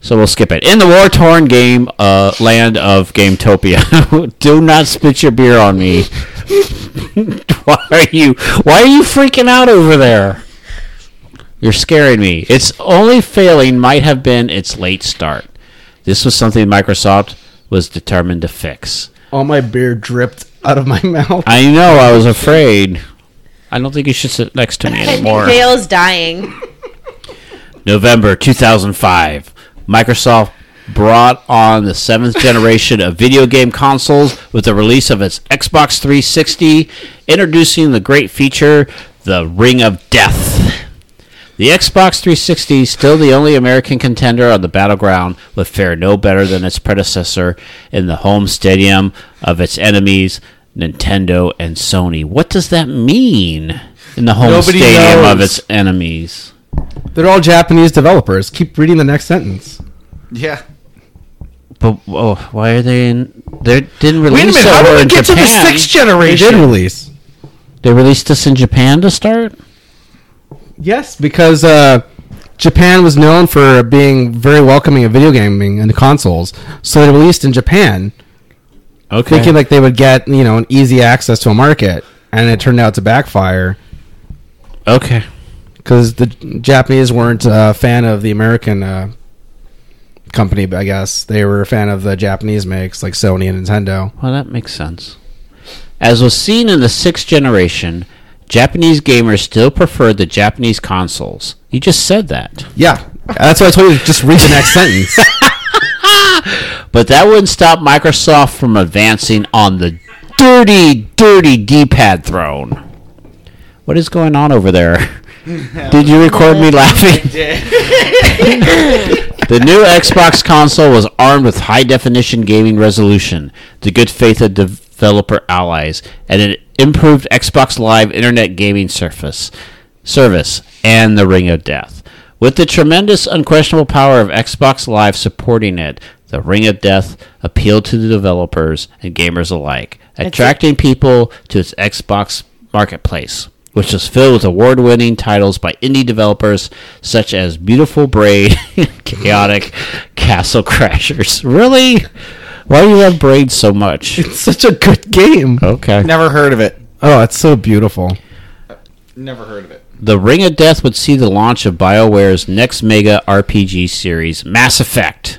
E: So we'll skip it. In the war torn game uh, land of Gametopia. (laughs) Do not spit your beer on me. (laughs) why are you why are you freaking out over there? You're scaring me. Its only failing might have been its late start. This was something Microsoft was determined to fix.
G: All my beer dripped out of my (laughs) mouth.
E: I know, I was afraid. I don't think you should sit next to me anymore.
F: Dale's dying.
E: November 2005, Microsoft brought on the seventh generation of video game consoles with the release of its Xbox 360, introducing the great feature, the Ring of Death. The Xbox 360 is still the only American contender on the battleground, would fare no better than its predecessor in the home stadium of its enemies, Nintendo and Sony. What does that mean? In the home
H: Nobody
E: stadium of
H: knows.
E: its enemies.
G: They're all Japanese developers. Keep reading the next sentence.
H: (laughs) yeah.
E: But oh, why are they in? They didn't release.
H: Wait a minute.
E: that
H: How
E: we're
H: did we
E: in
H: get to the
E: Japan.
H: sixth
G: They did
H: generation?
G: release.
E: They released this in Japan to start.
G: Yes, because uh, Japan was known for being very welcoming of video gaming and consoles, so they released in Japan,
E: Okay.
G: thinking like they would get you know an easy access to a market, and it turned out to backfire
E: okay.
G: because the Japanese weren't a fan of the American uh, company. I guess they were a fan of the Japanese makes like Sony and Nintendo.
E: Well, that makes sense. As was seen in the sixth generation, Japanese gamers still preferred the Japanese consoles. You just said that.
G: Yeah, that's why I told you to just read the next (laughs) sentence.
E: But that wouldn't stop Microsoft from advancing on the dirty, dirty D-pad throne. What is going on over there? Did you record me laughing? the new Xbox console was armed with high definition gaming resolution, the good faith of developer allies, and an improved Xbox Live internet gaming surface service and the Ring of Death. With the tremendous unquestionable power of Xbox Live supporting it, the Ring of Death appealed to the developers and gamers alike, attracting people to its Xbox marketplace, which was filled with award winning titles by indie developers such as Beautiful Braid (laughs) and Chaotic Castle Crashers. Really? Why do you love Braid so much?
G: it's such a good game.
E: Okay.
H: Never heard of it.
G: Oh, it's so beautiful.
H: Never heard of it.
E: The Ring of Death would see the launch of BioWare's next mega RPG series, Mass Effect.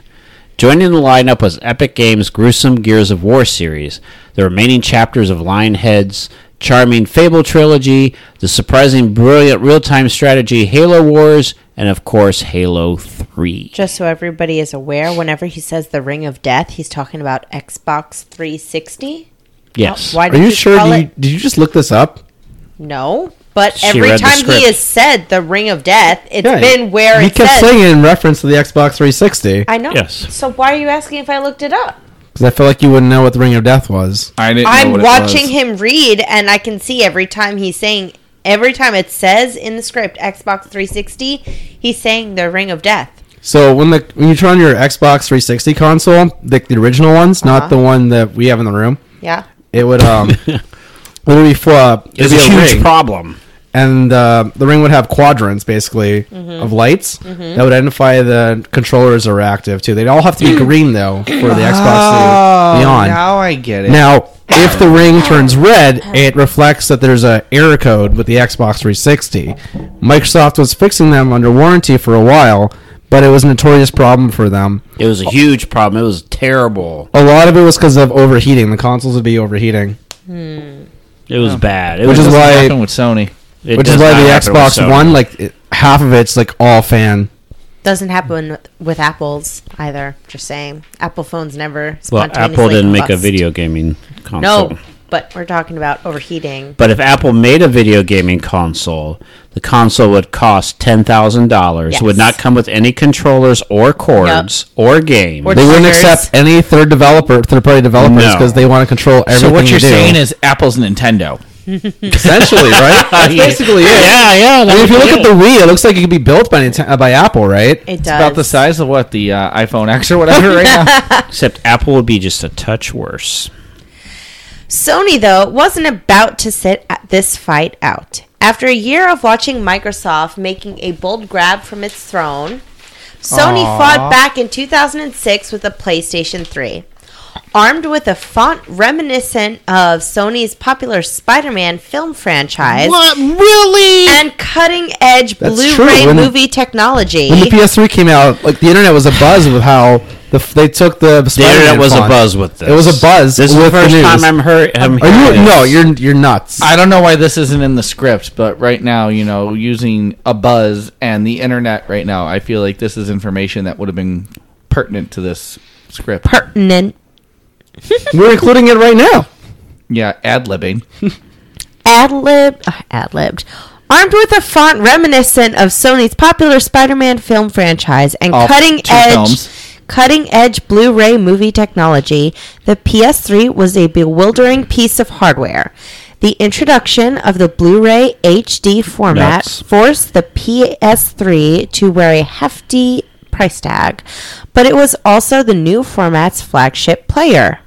E: Joining the lineup was Epic Games' gruesome Gears of War series, the remaining chapters of Lionhead's charming Fable trilogy, the surprising brilliant real time strategy Halo Wars, and of course, Halo 3.
F: Just so everybody is aware, whenever he says the ring of death, he's talking about Xbox 360.
E: yes.
F: Why
G: Are
F: did
G: you sure?
F: Call
G: Did
F: it?
G: you, did you just look this up?
F: No. But
E: She
F: every
E: read the
F: time
E: script.
F: he has said the ring of death, it's
G: Yeah,
F: been where
G: he
F: it
G: kept
F: says.
G: saying it in reference to the Xbox 360.
F: I know.
E: Yes.
F: So why are you asking if I looked it up?
G: Because I feel like you wouldn't know what the Ring of Death was.
H: I didn't. know
F: I'm
H: what it
F: watching
H: was.
F: him read, and I can see every time he's saying, every time it says in the script Xbox 360, he's saying the Ring of Death.
G: So when the when you turn on your Xbox 360 console, the, the original ones,
F: Uh-huh.
G: not the one that we have in the room,
F: Yeah.
G: it would um, literally flip. It'd
E: It's
G: be
E: a huge
G: ring.
E: problem.
G: and uh, the ring would have quadrants basically of lights that would identify the controllers are active too. They'd all have to be green though for the Xbox to be on.
H: Now I get it.
G: Now, if the ring turns red, it reflects that there's a error code with the Xbox 360. Microsoft was fixing them under warranty for a while, but it was a notorious problem for them.
E: It was a huge problem. It was terrible.
G: A lot of it was because of overheating. The consoles would be overheating.
E: It was bad. It
G: Which
E: was
G: is
H: Doesn't
G: why-
H: happen with Sony.
E: it
G: which is
E: does
G: why
E: not
G: the
E: happen with
G: Xbox
E: Sony.
G: One, like it- half of it's like all fan.
F: Doesn't happen with Apples either. Just saying. Apple phones never
E: Well,
F: spontaneously
E: Apple didn't make a
F: combust.
E: video gaming console.
F: No, but we're talking about overheating.
E: But if Apple made a video gaming console, the console would cost ten thousand dollars.
F: Yes.
E: Would not come with any controllers or cords or game.
F: Or
G: They wouldn't
F: triggers.
G: accept any third developer, third party developers,
E: No.
G: because they want to control everything.
H: So what
G: you
H: you're
G: do.
H: saying is Apple's Nintendo.
G: (laughs) essentially right. That's basically it.
E: yeah, yeah.
G: I mean, if you look at the Wii, it looks like it could be built by Nintendo, uh, by Apple, right?
F: It
G: (laughs)
F: does.
H: It's about the size of what the uh, iPhone X or whatever right now.
E: except Apple would be just a touch worse.
F: Sony, though, wasn't about to sit at this fight out. After a year of watching Microsoft making a bold grab from its throne, Sony fought back in 2006 with a PlayStation 3. Armed with a font reminiscent of Sony's popular Spider Man film franchise
E: really?
F: and cutting edge
G: That's
F: Blu
G: true,
F: ray
G: when-
F: movie technology. (laughs)
G: When the PS3 came out, like the internet was a buzz with how the f- they took the
E: The
G: Spider-Man
E: internet was a
G: font.
E: buzz with this.
G: It was a buzz
E: This is the
G: with the
E: first
G: news.
E: time I'm heard. I'm
G: Are you
E: hearing
G: no?
E: this.
G: You're you're nuts.
H: I don't know why this isn't in the script, but right now, you know, using a buzz and the internet right now, I feel like this is information that would have been pertinent to this script.
F: pertinent
G: We're including it right now.
H: yeah, ad libbing.
F: ad-libbed, uh, ad-libbed. Armed with a font reminiscent of Sony's popular Spider-Man film franchise and
H: Of
F: cutting
H: two
F: edge
H: films.
F: cutting edge Blu-ray movie technology, the PS3 was a bewildering piece of hardware. The introduction of the Blu-ray HD format
E: Nuts.
F: forced the PS3 to wear a hefty price tag, but it was also the new format's flagship player.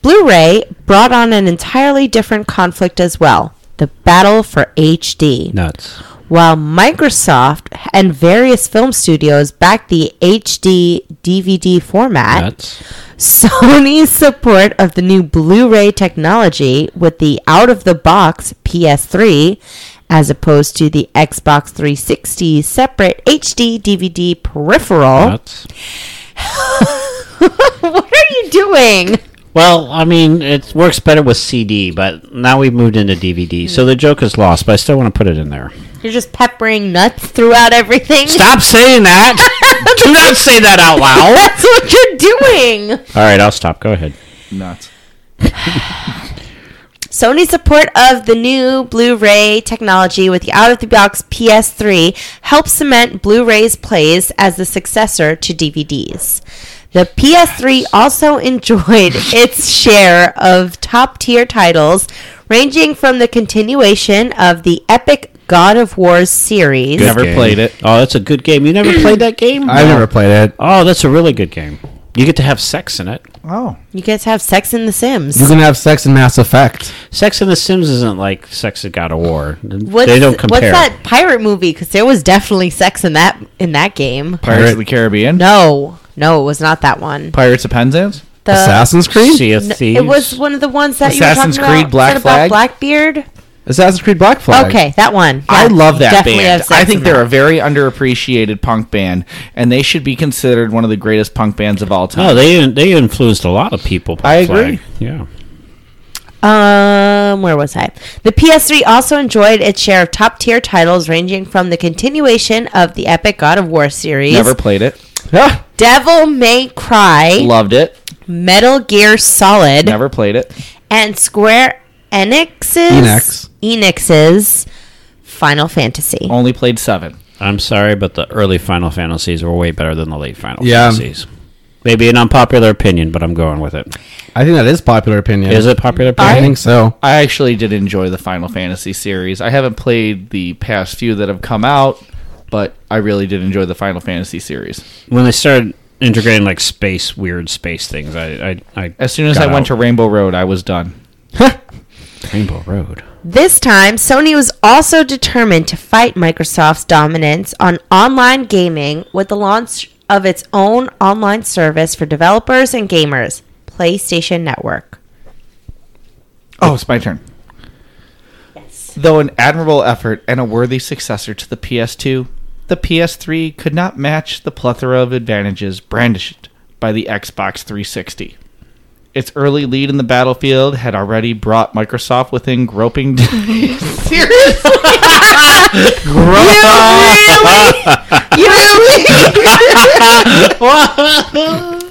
F: Blu ray brought on an entirely different conflict as well the battle for HD.
E: nuts.
F: While Microsoft and various film studios backed the HD DVD format,
E: Nuts.
F: Sony's support of the new Blu ray technology with the out of the box PS3, as opposed to the Xbox 360 separate HD DVD peripheral.
E: Nuts.
F: (laughs) what are you doing?
E: Well, I mean, it works better with CD, but now we've moved into DVD, so the joke is lost. But I still want to put it in there.
F: You're just peppering nuts throughout everything.
E: Stop saying (laughs) that. Do not say that out loud.
F: That's what you're doing.
E: All right, I'll stop. Go ahead.
H: Nuts.
F: Sony's support of the new Blu-ray technology with the out-of-the-box PS3 helped cement Blu-ray's place as the successor to DVDs. The PS3 also
E: (laughs)
F: enjoyed its share of top-tier titles, ranging from the continuation of the epic God of War series.
H: Never played it.
E: Oh, that's a good game. You never played that game?
G: I've never played it.
E: Oh, that's a really good game. You get to have sex in it.
H: Oh.
F: You guys have sex in The Sims.
G: You can have sex in Mass Effect.
E: Sex in the Sims isn't like sex in God of War.
F: What's,
E: they don't compare.
F: What's that pirate movie? Because there was definitely sex in that in that game.
H: Pirates of the Caribbean.
F: No, no, it was not that one.
H: Pirates of Penzance.
F: The,
G: Assassin's Creed.
E: Sea of
F: n-
E: Thieves.
F: It was one of the ones that
H: Assassin's
F: you were talking
H: Creed,
F: about.
H: Black
F: said about
H: Flag?
F: Blackbeard.
G: Assassin's Creed Black Flag.
F: Okay, that one.
H: I
F: Yeah,
H: love
F: you
H: that
F: definitely
H: band.
F: have sex
H: I think
F: in
H: they're a
F: that.
H: very underappreciated punk band, and they should be considered one of the greatest punk bands of all time.
E: No, Oh, they they influenced a lot of people. by
H: I
E: Flag.
H: agree.
E: Yeah.
F: Um, where was I? The PS3 also enjoyed its share of top tier titles, ranging from the continuation of the epic God of War series,
H: Never played it.
F: Devil May Cry,
H: Loved it.
F: Metal Gear Solid,
H: Never played it.
F: and Square Enix's
G: Enix.
F: Enix's Final Fantasy.
H: Only played seven.
E: I'm sorry, but the early Final Fantasies were way better than the late Final
G: Yeah.
E: Fantasies. Maybe an unpopular opinion, but I'm going with it.
G: I think that is popular opinion.
E: Is it popular
G: I
E: opinion?
G: think so.
H: I actually did enjoy the Final Fantasy series. I haven't played the past few that have come out, but I really did enjoy the Final Fantasy series.
E: When they started integrating like space, weird space things, I, I, I
H: As soon as
E: got
H: I went to
E: out.
H: Rainbow Road, I was done.
E: Rainbow Road.
F: This time, Sony was also determined to fight Microsoft's dominance on online gaming with the launch of its own online service for developers and gamers,
E: (laughs)
F: PlayStation Network.
H: Oh, it's my turn. Though an admirable effort and a worthy successor to the PS2, the PS3 could not match the plethora of advantages brandished by the Xbox 360. Its early lead in the battlefield had already brought Microsoft within groping (laughs) Seriously?
F: You what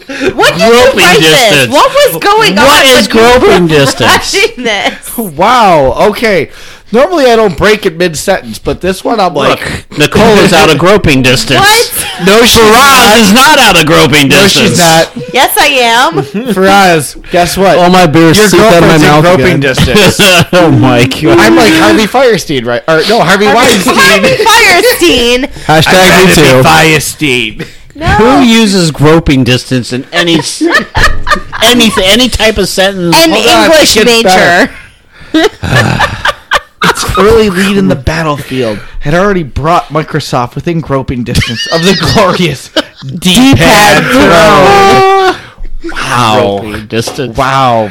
F: did you
E: Groping
F: write this?
E: distance.
F: What was going on?
E: What is
F: when you were
E: groping distance?
F: writing
E: (laughs)
F: this?
H: wow, okay. Normally I don't break it mid sentence, but this one I'm like,
E: Look, Nicole is out of groping distance.
F: What?
H: no, she's
E: Faraz is not out of groping
H: No,
E: distance.
H: she's not.
F: Yes, I am.
H: Faraz, guess what?
G: All my beer
H: Your
G: seeped out of my
H: girlfriend's in
G: mouth
H: groping
G: again.
H: distance.
E: (laughs) oh (laughs) my god!
H: I'm like Harvey Firestein, right? Or no, Harvey
F: Harvey
H: Weinstein.
F: Firestein.
G: Hashtag me too.
H: Firestein.
E: (laughs) Who
F: No.
E: uses groping distance in (laughs) any s- anything, any type of sentence?
F: An
H: Hold on,
F: English
H: it gets
F: major.
H: better. (laughs) Early lead in the battlefield had already brought Microsoft within groping distance of the glorious D-pad throne. Wow.
E: Groping distance.
H: Wow.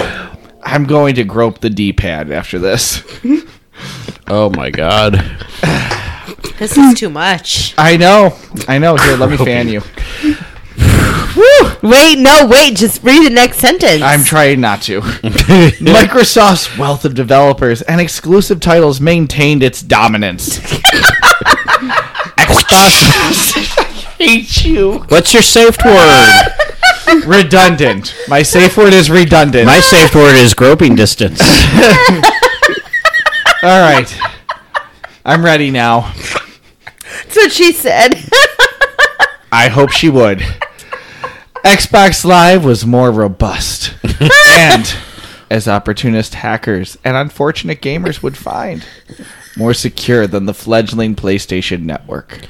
H: I'm going to grope the D-pad after this.
E: Oh my god!
F: This is too much.
H: I know. I know. Here, let me fan you.
F: Wait, no, wait. Just read the next sentence.
H: I'm trying not to. Microsoft's wealth of developers and exclusive titles maintained its dominance. Xbox hate you.
E: What's your safe word?
H: Redundant. My safe word is redundant.
E: My safe word is groping (laughs) distance.
H: All right. I'm ready now.
F: That's what she said. (laughs)
H: I hope she would. Xbox Live was more robust. and, as opportunist hackers and unfortunate gamers would find, more secure than the fledgling PlayStation Network.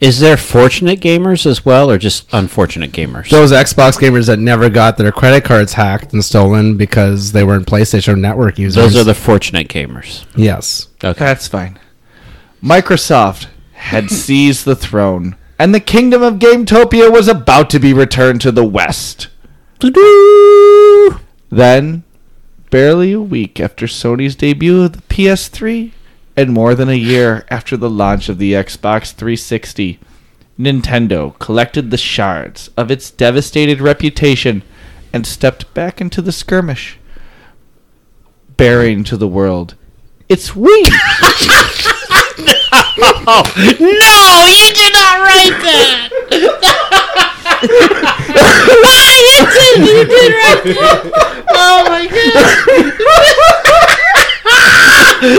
E: Is there fortunate gamers as well, or just unfortunate gamers?
G: Those Xbox gamers that never got their credit cards hacked and stolen because they weren't PlayStation Network users.
E: Those are the fortunate gamers.
G: yes.
E: Okay.
H: That's fine. Microsoft had seized the throne, and the kingdom of Gametopia was about to be returned to the West. Then, barely a week after Sony's debut of the PS3, and more than a year after the launch of the Xbox 360, Nintendo collected the shards of its devastated reputation and stepped back into the skirmish, bearing to the world its Wii.
E: No, you did not write that.
F: (laughs) Oh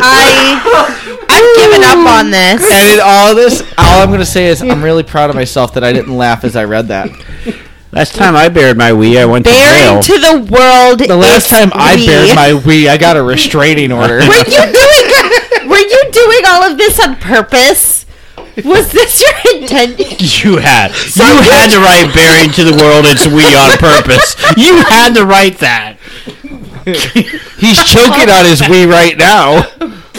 F: I, I've given up on this.
H: And in all this, (laughs) all I'm going to say is I'm really proud of myself that I didn't laugh as I read that.
E: Last time I buried my Wii, I went
F: Bearing
E: to jail.
F: to the world.
H: The last time I
F: we.
H: bared my Wii, I got a restraining (laughs) order.
F: Were you
H: (laughs)
F: doing? Were you doing all of this on purpose? Was this your intent?
E: you had, you had to (laughs) write "Buried to the World." It's Wii on purpose. You had to write that.
H: He's choking on his Wii right (laughs) now.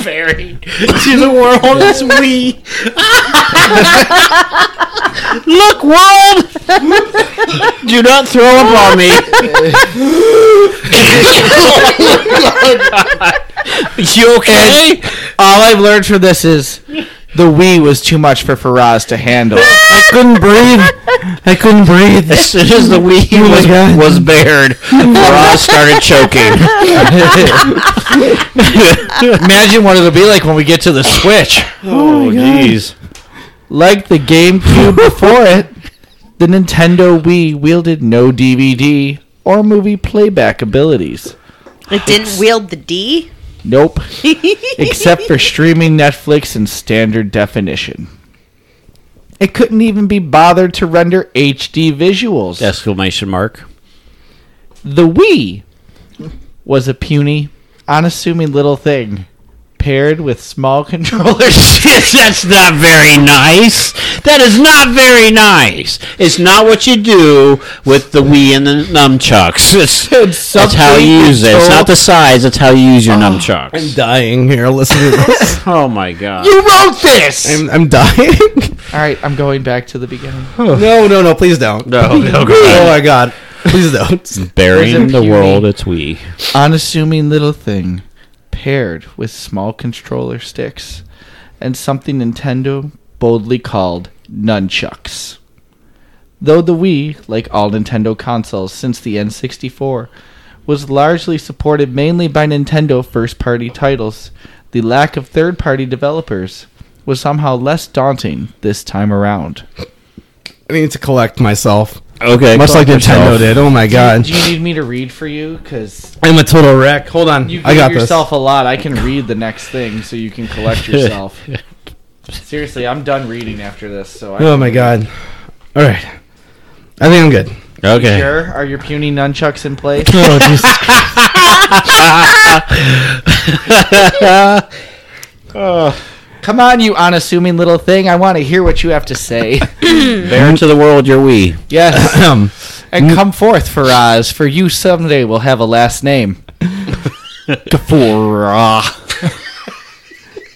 E: Buried to the world, (laughs) it's Wii. Look, world, do not throw up on
H: (laughs)
E: me. you okay?
H: All I've learned from this is the Wii was too much for Faraz to (laughs) handle.
G: I couldn't breathe. I couldn't breathe.
E: As soon as the Wii was,
G: God.
E: was bared, Ross started choking.
H: Imagine what it'll be like when we get to the Switch.
E: Oh, jeez.
H: Like the GameCube before it, the Nintendo Wii wielded no DVD or movie playback abilities.
F: It didn't wield the D.
H: (laughs) Nope. Except for streaming Netflix in standard definition. It couldn't even be bothered to render HD visuals.
E: Exclamation mark.
H: The Wii was a puny, unassuming little thing paired with small (laughs) controllers.
E: (laughs) That's not very nice. That is not very nice. It's not what you do with the Wii and the nunchucks. (laughs) It's,
H: It's
E: that's how you Ah.
H: something
E: use it. It's
H: so-
E: not the size. It's how you use your nunchucks.
G: I'm dying here. Listen to (laughs) this.
E: oh my god.
H: you wrote this!
G: I'm, I'm dying.
H: All right, I'm going back to the beginning.
G: (laughs) no, no, no. Please don't.
E: no, no,
G: Oh my god. Please don't.
E: Burying
H: There's a
E: the
H: puny-
E: world. It's Wii.
H: unassuming little thing paired with small controller sticks and something Nintendo boldly called nunchucks. Though the Wii, like all Nintendo consoles since the N64, was largely supported mainly by Nintendo first party titles, the lack of third party developers was somehow less daunting this time around.
G: I need to collect myself.
E: Okay.
G: Much like Nintendo did. Oh my god.
H: Do you need me to read for you? Because
G: I'm a total wreck. Hold on.
H: You gave
G: I got
H: yourself a lot. I can read the next thing so you can collect
G: (laughs)
H: yourself. Seriously, I'm done reading after this. So I
G: this. Oh my god. All right. I think I'm good.
E: Okay.
H: Sure, are your puny nunchucks in place?
G: (laughs) Oh, Jesus.
H: Come on, you unassuming little thing. I want to hear what you have to
G: (laughs)
H: say.
E: Bear to the world your Wii.
H: yes,
G: Um,
H: and come forth, Faraz, for you someday will have a last name. Faraz.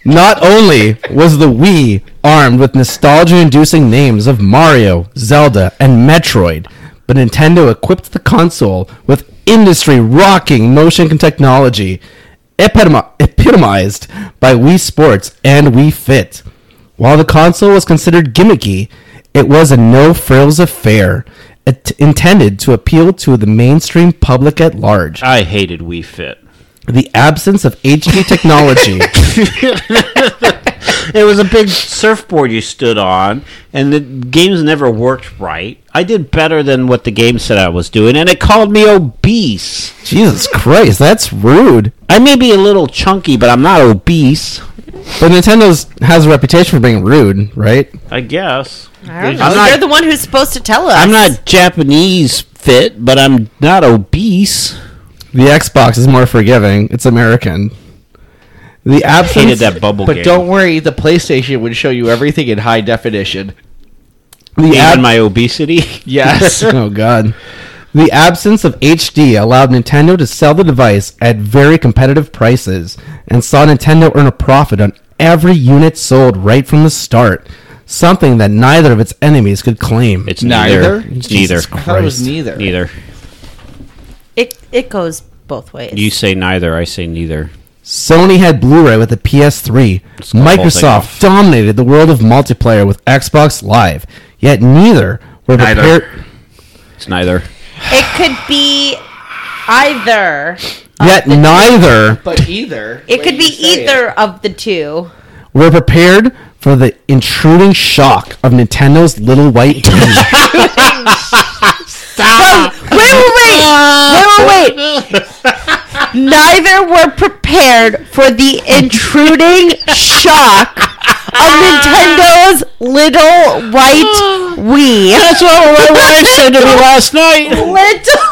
G: Not only was the Wii armed with nostalgia inducing names of Mario, Zelda, and Metroid, but Nintendo equipped the console with industry rocking motion technology epitomi- epitomized by Wii Sports and Wii Fit. While the console was considered gimmicky, it was a no frills affair it- intended to appeal to the mainstream public at large.
E: I hated Wii Fit.
G: The absence of
E: (laughs)
G: HD technology.
E: It was a big surfboard you stood on, and the games never worked right. I did better than what the game said I was doing, and it called me obese.
G: Jesus Christ, that's rude.
E: I may be a little chunky, but I'm not obese.
G: But Nintendo's has a reputation for being rude, right?
E: I guess.
F: I don't
E: I'm
F: know.
E: not-
F: You're the one who's supposed to tell us.
E: I'm not Japanese fit, but I'm not obese.
G: The Xbox is more forgiving. It's American. The absence.
E: Hated that bubble
H: But
E: game.
H: don't worry, the PlayStation would show you everything in high definition.
G: The
E: Even
G: ab- (laughs)
E: my obesity.
H: (laughs) Yes.
G: oh God. The absence of HD allowed Nintendo to sell the device at very competitive prices and saw Nintendo earn a profit on every unit sold right from the start, something that neither of its enemies could claim.
E: It's neither.
H: Neither?
E: It's neither.
G: Jesus
H: I thought it was
G: Christ.
H: neither.
E: Neither.
F: It it goes both ways.
E: You say neither. I say neither.
G: Sony had Blu-ray with the PS3.
E: cut the whole thing
G: Microsoft
E: off.
G: dominated the world of multiplayer with Xbox Live. Yet neither were
E: Neither.
G: prepared.
E: It's neither.
F: it could be either.
G: Yet neither
H: But either.
F: It could be either of the two.
G: were prepared for the intruding shock of Nintendo's
E: (laughs)
G: little white team.
F: Wait, wait, wait, wait, wait, wait. (laughs) Neither were prepared for the intruding shock of Nintendo's little white (laughs) Wii.
E: That's what my wife said to me last night.
F: Little.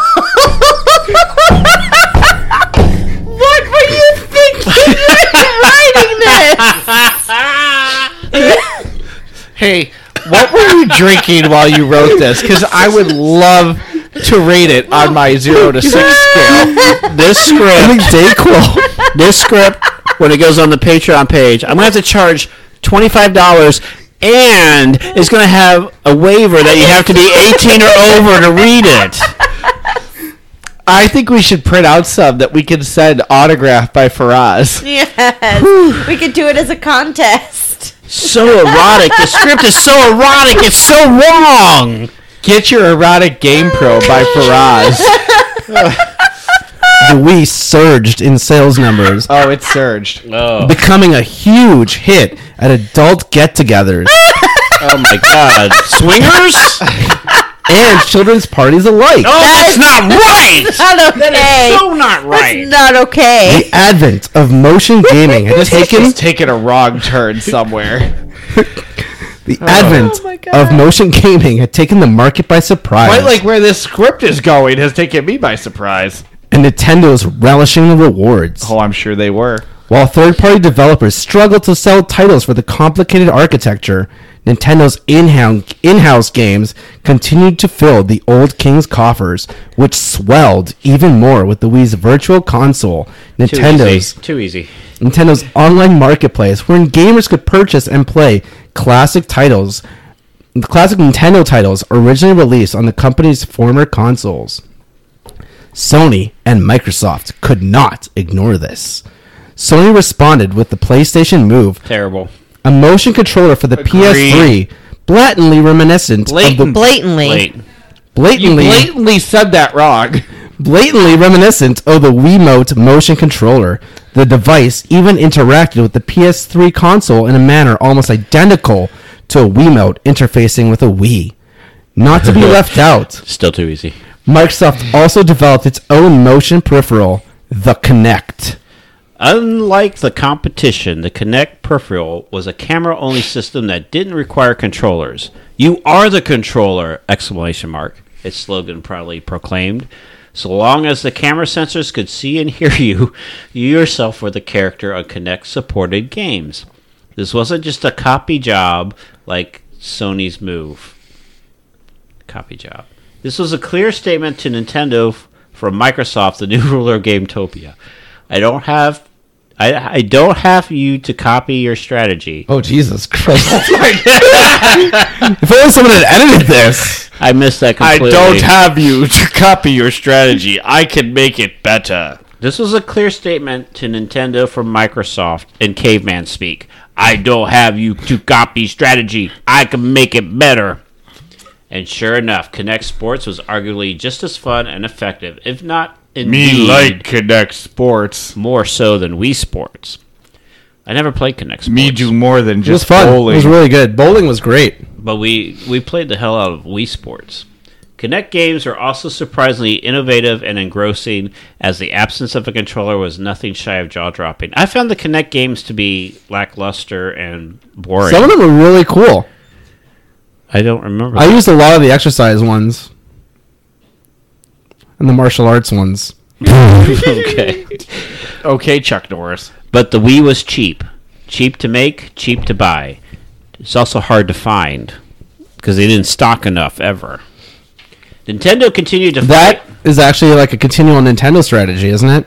F: what were you thinking when writing (laughs) this?
H: Hey, what were you drinking while you wrote this? Because I would love to rate it on my zero to six
G: (laughs)
H: scale.
E: This script,
G: Like Dayquil.
E: this script, when it goes on the Patreon page, I'm gonna have to charge twenty five dollars, and it's gonna have a waiver that you have to be eighteen or over to read it.
H: I think we should print out some that we can send autographed
F: (laughs)
H: by Faraz.
F: Yes, we could do it as a contest.
E: So erotic. The script is so erotic. It's so wrong.
H: Get your erotic game pro by Faraz.
G: the Wii surged in sales numbers,
H: Oh, it (laughs) surged.
E: Oh,
G: becoming a huge hit at adult get-togethers
E: Oh my god. Swingers?
G: and children's parties alike.
E: Oh, that's not right.
F: Not okay.
E: So not right.
F: It's not okay.
G: The advent of motion gaming had
H: This is
G: taken
H: just taking a wrong turn somewhere.
G: The advent of motion gaming had taken the market by surprise.
H: Quite (laughs) like where this script is going has taken me by surprise.
G: and Nintendo's relishing the rewards.
H: Oh, I'm sure they were.
G: While third party developers struggled to sell titles for the complicated architecture, Nintendo's in-house, in-house games continued to fill the old king's coffers, which swelled even more with the Wii's virtual console, Nintendo's
E: Too easy.
G: Nintendo's online marketplace, wherein gamers could purchase and play classic titles, classic Nintendo titles originally released on the company's former consoles. Sony and Microsoft could not ignore this. Sony responded with the PlayStation Move,
E: Terrible.
G: a motion controller for the PS3, blatantly reminiscent of the
H: Blatant.
F: Blatantly.
E: Late.
H: You
G: blatantly
H: blatantly said that wrong.
G: blatantly reminiscent of the Wiimote motion controller. The device even interacted with the PS3 console in a manner almost identical to a Wiimote interfacing with a Wii. Not to be left out,
E: Still too easy.
G: Microsoft also developed its own motion peripheral, the Kinect.
E: Unlike the competition, the Kinect peripheral was a camera-only system that didn't require controllers. You are the controller! Exclamation mark. Its slogan proudly proclaimed. So long as the camera sensors could see and hear (laughs) you, you yourself were the character on Kinect-supported games. This wasn't just a copy job like Sony's Move. Copy job. This was a clear statement to Nintendo f- from Microsoft, the new (laughs) ruler of Gametopia. I don't have, I, I don't have you to copy your strategy.
G: Oh, Jesus Christ. (laughs) if only someone had edited this.
E: I missed that
H: I
E: completely.
H: don't have you to copy your strategy. I can make it better.
E: This was a clear statement to Nintendo from Microsoft in caveman speak. I don't have you to copy strategy. I can make it better. And sure enough, Kinect Sports was arguably just as fun and effective, if not indeed
H: Connect Sports.
E: more so than Wii Sports. I never played Kinect Sports.
H: Me do more than
G: It was
H: just
G: fun.
H: bowling.
G: It was really good. Bowling was great.
E: but we we played the hell out of Wii Sports. Kinect games were also surprisingly innovative and engrossing, as the absence of a controller was nothing shy of jaw dropping. I found the Kinect games to be lackluster and boring.
G: Some of them were really cool.
E: I don't remember.
G: I used a lot of the exercise ones and the martial arts ones.
E: (laughs) okay,
H: okay, Chuck Norris.
E: but the Wii was cheap, cheap to make, cheap to buy. It's also hard to find because they didn't stock enough ever. Nintendo continued to
G: That
E: fight-
G: is actually like a continual Nintendo strategy, isn't it?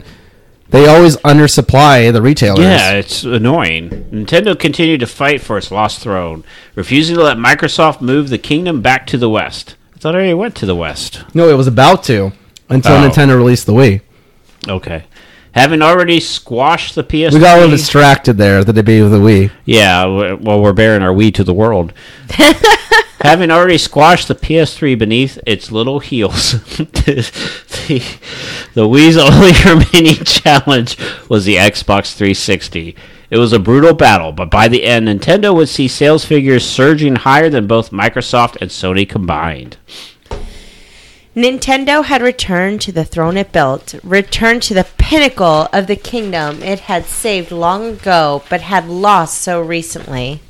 G: They always undersupply the retailers.
E: Yeah, it's annoying. Nintendo continued to fight for its lost throne, refusing to let Microsoft move the kingdom back to the West. I thought I already went to the West.
G: No, it was about to until
E: Oh.
G: Nintendo released the Wii.
E: Okay. Having already squashed the PS3.
G: We got a little distracted there at the debate of the Wii.
E: Yeah, w- well, we're bearing our we to the world. Having already squashed the PS3 beneath its little heels, (laughs) the, the, the Wii's only (laughs) remaining challenge was the Xbox 360. It was a brutal battle, but by the end, Nintendo would see sales figures surging higher than both Microsoft and Sony combined.
F: Nintendo had returned to the throne it built, returned to the pinnacle of the kingdom it had saved long ago, but had lost so recently.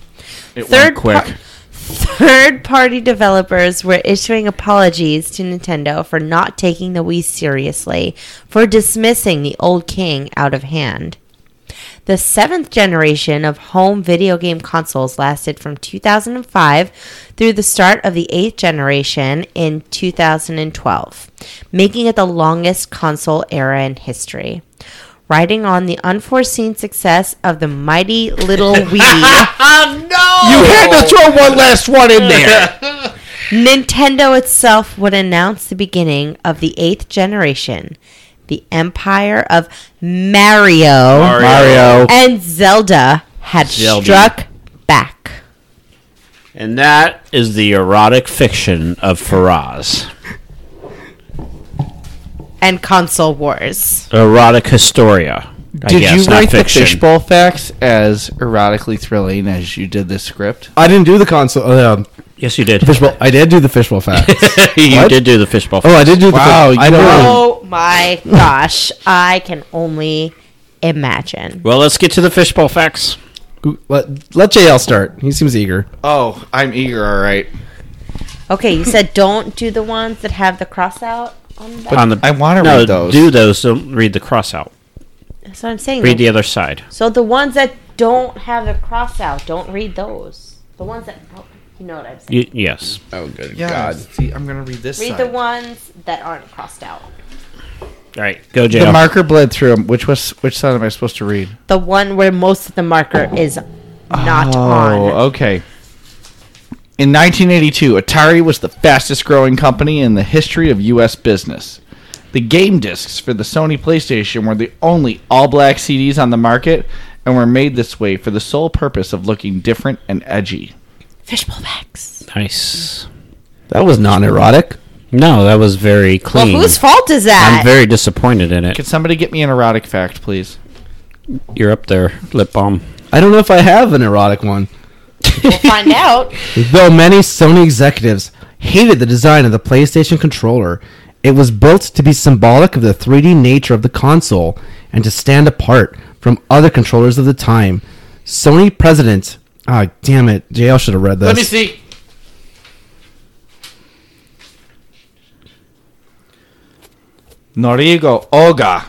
H: It
F: Third
H: went quick.
F: par- Third party developers were issuing apologies to Nintendo for not taking the Wii seriously, for dismissing the old king out of hand. The seventh generation of home video game consoles lasted from 2005 through the start of the eighth generation in 2012, making it the longest console era in history. Riding on the unforeseen success of the mighty
H: (laughs)
F: little Wii.
G: Oh.
H: you had to throw one last one in there.
F: Nintendo itself would announce the beginning of the eighth generation, the empire of Mario,
E: Mario.
F: and Zelda had
E: Zelda.
F: struck back.
E: And that is the erotic fiction of Faraz.
F: And console wars.
E: Erotic historia. I
H: Did
E: guess,
H: you
E: not
H: write
E: fiction.
H: the fishbowl facts as erotically thrilling as you did this script?
G: (laughs) I didn't do the console. Uh,
E: Yes, you did.
G: fishbowl. I did do the
H: (laughs)
G: fishbowl facts.
E: (laughs) you
G: What?
E: did do the fishbowl.
G: oh, I did do the.
H: Wow,
G: fish- I
H: you
G: know.
F: Oh my gosh, I can only imagine.
E: Well, let's get to the fishbowl facts.
G: Who- Let, let JL start. He seems eager.
H: Oh, I'm eager. All right.
F: Okay,
E: (laughs)
F: you said don't do the ones that have the cross out on the back.
E: On the
H: I want to
E: no,
H: read those.
E: do those. Don't read the cross out.
F: That's what I'm saying.
E: Read the other side.
F: so the ones that don't have the cross out, don't read those. The ones that, oh, you know what I'm saying.
E: Y- yes.
G: Oh, good
H: Yeah. See, I'm gonna read this.
F: read
H: side.
F: the ones that aren't crossed out.
E: All right. Go,
H: The
E: JL.
H: marker bled through 'em. Which was which side am I supposed to read?
F: The one where most of the marker is not
H: Oh,
F: on.
H: okay. In 1982, Atari was the fastest growing company in the history of U.S. business. The game discs for the Sony PlayStation were the only all black CDs on the market and were made this way for the sole purpose of looking different and edgy.
F: Fishbowl backs.
E: Nice.
G: That was non erotic.
E: No, that was very
F: Well,
E: clean.
F: whose fault is that?
E: Hmm. I'm very disappointed in it.
H: Could somebody get me an erotic fact, please?
E: You're up there, lip balm.
G: I don't know if I have an erotic one.
F: we'll find out.
G: Though many Sony executives hated the design of the PlayStation controller, it was built to be symbolic of the 3D nature of the console and to stand apart from other controllers of the time. Sony president. Ah, damn it. JL should have read this.
H: Let me see. Norigo Oga.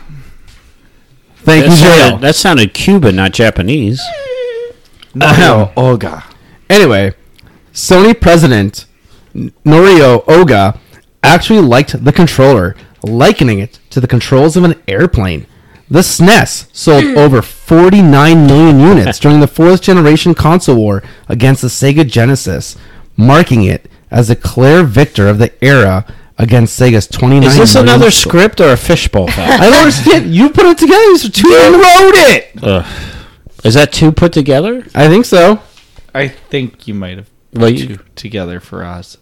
G: Thank
E: That
G: you,
E: sounded,
G: JL.
E: that sounded Cuban, not Japanese.
H: Norigo Oga.
G: Anyway, Sony president Norio Oga actually liked the controller, likening it to the controls of an airplane. The SNES sold over 49 million units during the fourth generation console war against the Sega Genesis, marking it as the clear victor of the era against Sega's 29
E: Is this
G: million-
E: another script or a fishbowl
G: (laughs)
E: fact?
G: I don't understand. You put it together. You two wrote it.
E: Is that two put together?
G: I think so.
H: I think you might have
E: Well,
H: put
E: you-
H: two together for us.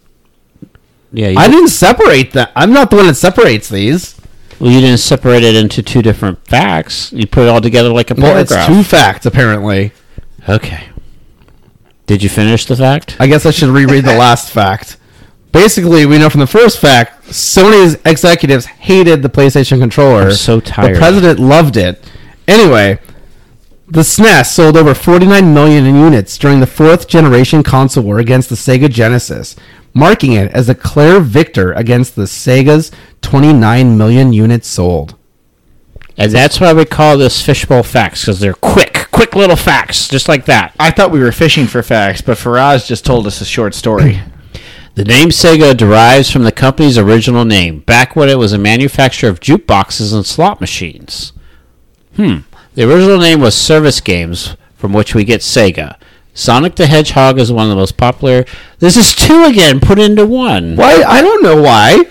E: Yeah. You,
G: I didn't separate that. I'm not the one that separates these.
E: well, you didn't separate it into two different facts. You put it all together like a
G: Well, it's
E: paragraph.
G: two facts apparently.
E: okay. Did you finish the fact?
G: I guess I should
E: (laughs)
G: reread the last fact. Basically, we know from the first fact, Sony's executives hated the PlayStation controller.
E: I'm so tired.
G: The president loved it. Anyway, the SNES sold over 49 million in units during the fourth generation console war against the Sega Genesis, marking it as a clear victor against the Sega's 29 million units sold.
E: And that's why we call this fishbowl facts because they're quick, quick little facts, just like that.
H: I thought we were fishing for facts, but Faraz just told us a short (clears throat) story.
E: The name Sega derives from the company's original name, back when it was a manufacturer of jukeboxes and slot machines. Hmm. The original name was Service Games, from which we get Sega. Sonic the Hedgehog is one of the most popular. This is two again, put into one.
G: Why? I don't know why.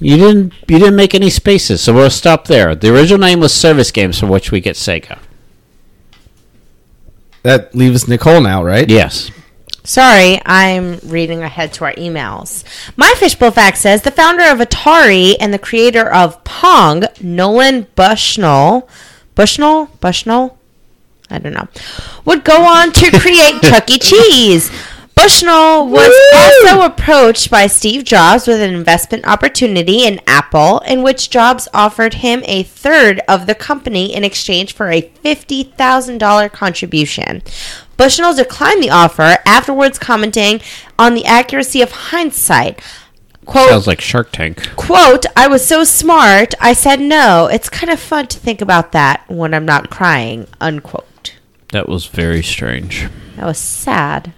E: You didn't. You didn't make any spaces, so we'll stop there. The original name was Service Games, from which we get Sega.
G: That leaves Nicole now, right?
E: Yes.
F: Sorry, I'm reading ahead to our emails. My fishbowl fact says the founder of Atari and the creator of Pong, Nolan Bushnell, Bushnell, Bushnell, I don't know, would go on to create Chuck E. Cheese. Bushnell was also approached by Steve Jobs with an investment opportunity in Apple, in which Jobs offered him a third of the company in exchange for a $50,000 contribution. Bushnell declined the offer, afterwards commenting on the accuracy of hindsight. Quote,
E: Sounds like Shark Tank.
F: quote i was so smart i said no it's kind of fun to think about that when i'm not crying unquote
E: That was very strange.
F: that was sad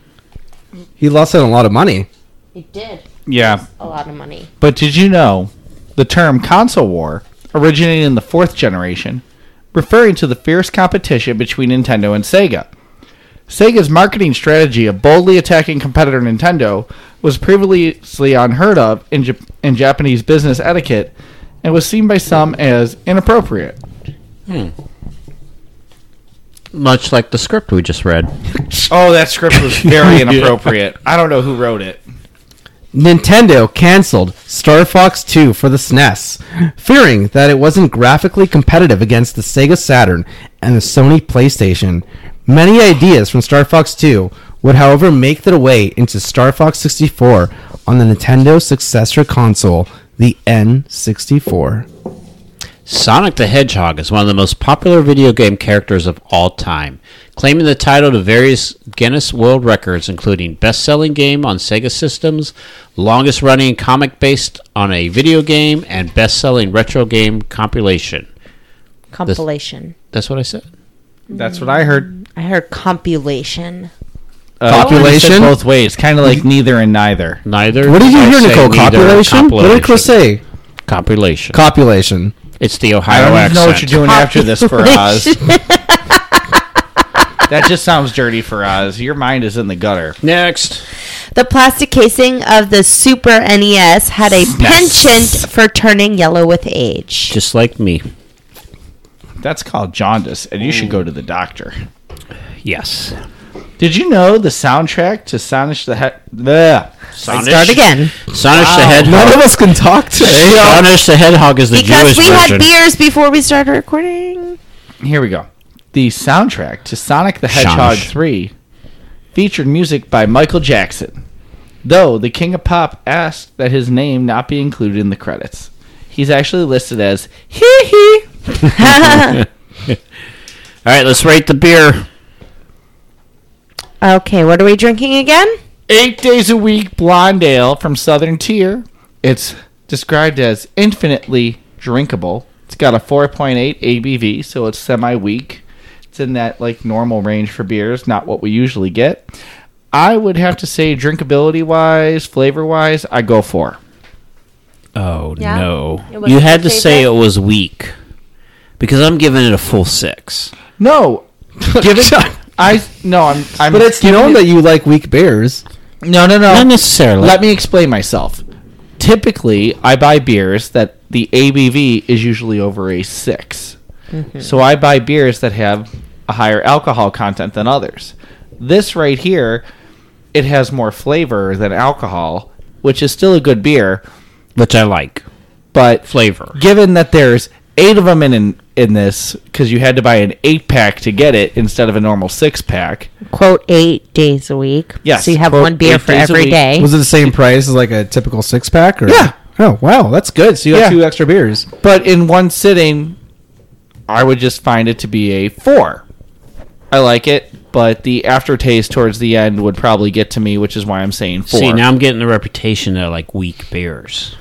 G: He lost out on a lot of money.
F: it did
H: yeah.
F: a lot of money
H: But did you know the term console war originated in the fourth generation, referring to the fierce competition between Nintendo and Sega? Sega's marketing strategy of boldly attacking competitor Nintendo was previously unheard of in, Jap- in Japanese business etiquette and was seen by some as inappropriate.
E: Much like the script we just read.
H: Oh, that script was (laughs) very inappropriate. I don't know who wrote it.
G: Nintendo canceled Star Fox 2 for the SNES, fearing that it wasn't graphically competitive against the Sega Saturn and the Sony PlayStation. Many ideas from Star Fox 2 would, however, make their way into Star Fox 64 on the Nintendo successor console, the N64.
E: Sonic the Hedgehog is one of the most popular video game characters of all time, claiming the title to various Guinness World Records, including best selling game on Sega systems, longest running comic based on a video game, and best selling retro game compilation.
F: Compilation.
E: That's what I said.
H: That's what I heard.
F: I heard compilation.
H: Uh,
G: Population?
H: you said both ways, kind of like neither and neither.
E: Neither.
G: What did you
E: I
G: hear,
E: say
G: Nicole?
E: neither.
G: Copulation? What did Chris say?
E: Compilation.
G: Copulation.
E: it's the
H: I
E: Ohio
H: don't even
E: accent.
H: know what you're doing after this, Faraz. (laughs) that just sounds dirty, Faraz. Your mind is in the gutter.
E: Next.
F: The plastic casing of the Super NES had a penchant for turning yellow with age.
E: Just like me.
H: That's called jaundice, and you should go to the doctor.
E: Yes.
H: Did you know the soundtrack to Sonic the He- the
E: Sonic.
F: Start again.
E: Sonic the Hedgehog.
G: None of us can talk today.
E: Sonic the Hedgehog is the
F: Because
E: Jewish
F: we
E: version.
F: had beers before we started recording.
H: Here we go. The soundtrack to Sonic the Hedgehog
E: Shonish.
H: 3 featured music by Michael Jackson, though the King of Pop asked that his name not be included in the credits. He's actually listed as Hee Hee.
E: All right, let's rate the beer.
F: Okay, what are we drinking again?
H: Eight days a week blonde ale from Southern Tier. It's described as infinitely drinkable. It's got a 4.8 ABV, so it's semi weak. It's in that like normal range for beers, not what we usually get. I would have to say, drinkability wise, flavor wise, I go four.
E: Oh
F: Yeah?
E: no!
F: It wasn't
E: You had to
F: your
E: say it
F: favorite?
E: was weak because I'm giving it a full six.
H: (laughs) No, give it. I no, I'm. I'm
G: But it's known that you like weak bears.
H: no, no, no.
E: Not necessarily.
H: Let me explain myself. Typically, I buy beers that the ABV is usually over a 6 So I buy beers that have a higher alcohol content than others. This right here, it has more flavor than alcohol, which is still a good beer,
E: which I like
H: but
E: flavor.
H: given that there's eight of them in in, in this because you had to buy an eight pack to get it instead of a normal six pack.
F: Quote eight days a week.
H: Yes,
F: So you have
H: quote,
F: one beer
H: eight
F: for
H: days a
F: every
H: week.
F: day.
G: (laughs) Was it the same price as like a typical six pack? Or?
H: Yeah.
G: Oh wow, that's good. So you got
H: Yeah.
G: two extra beers.
H: but in one sitting, I would just find it to be a four. I like it, but the aftertaste towards the end would probably get to me, which is why I'm saying four.
E: See, now I'm getting the reputation that I like weak beers.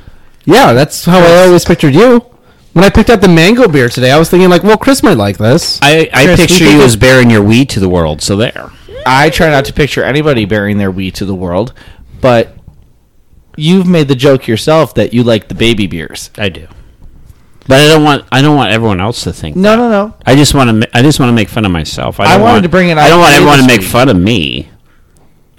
G: Yeah, that's how I always pictured you. When I picked up the mango beer today, I was thinking like, well, Chris might like this.
E: I, I
G: Chris,
E: picture
G: we
E: you
G: think
E: as bearing your weed to the world. So there.
H: I try not to picture anybody bearing their wheat to the world, but you've made the joke yourself that you like the baby beers.
E: I do. But I don't want I don't want everyone else to think.
H: No, no, no.
E: I just want to I just want to make fun of myself. I,
H: I
E: don't
H: wanted
E: want,
H: to bring an
E: I don't want
H: IPA
E: everyone to
H: this
E: make
H: week.
E: fun of me.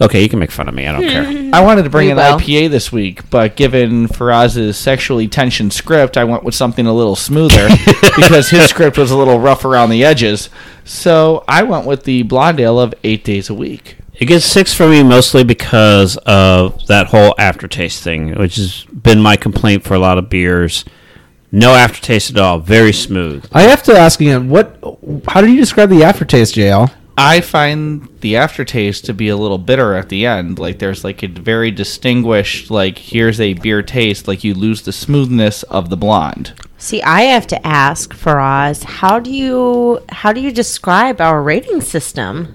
E: Okay, you can make fun of me. I don't (laughs) care.
H: I wanted to bring
F: We
H: an
F: will.
H: IPA this week, but given Faraz's sexually tensioned script, I went with something a little
E: (laughs)
H: smoother because his script was a little rough around the edges. So I went with the blonde ale of eight days a week.
E: It gets six for me mostly because of that whole aftertaste thing, which has been my complaint for a lot of beers. No aftertaste at all. Very smooth.
G: I have to ask again, what? How do you describe the aftertaste, JL?
H: I find the aftertaste to be a little bitter at the end. Like there's like a very distinguished like here's a beer taste. Like you lose the smoothness of the blonde.
F: See, I have to ask Faraz, how do you how do you describe our rating system?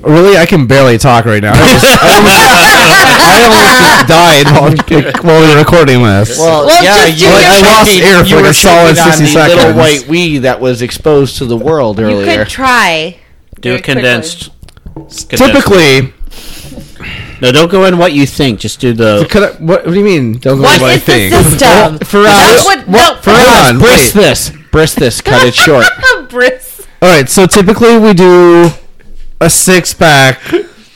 G: Really, I can barely talk right now. I, just, (laughs) I (laughs) almost died while, while we were recording this.
F: Well, yeah, just you- do your-
H: I lost air for
G: like a solid 60
H: Little
G: seconds.
H: white weed that was exposed to the world earlier.
F: You could try.
E: Do it condensed. Condensed.
G: Typically,
E: No, don't go in what you think. Just do the.
G: could I, what, what do you mean? Don't go
F: What
G: by
F: is the
G: thing. (laughs)
F: system?
H: For
F: That's
H: us,
F: what no
G: Hold on,
H: brisk
G: wait.
H: this,
E: (laughs)
H: brisk this, cut
F: (laughs)
H: it short.
F: Bris-
G: All right, so typically we do a six pack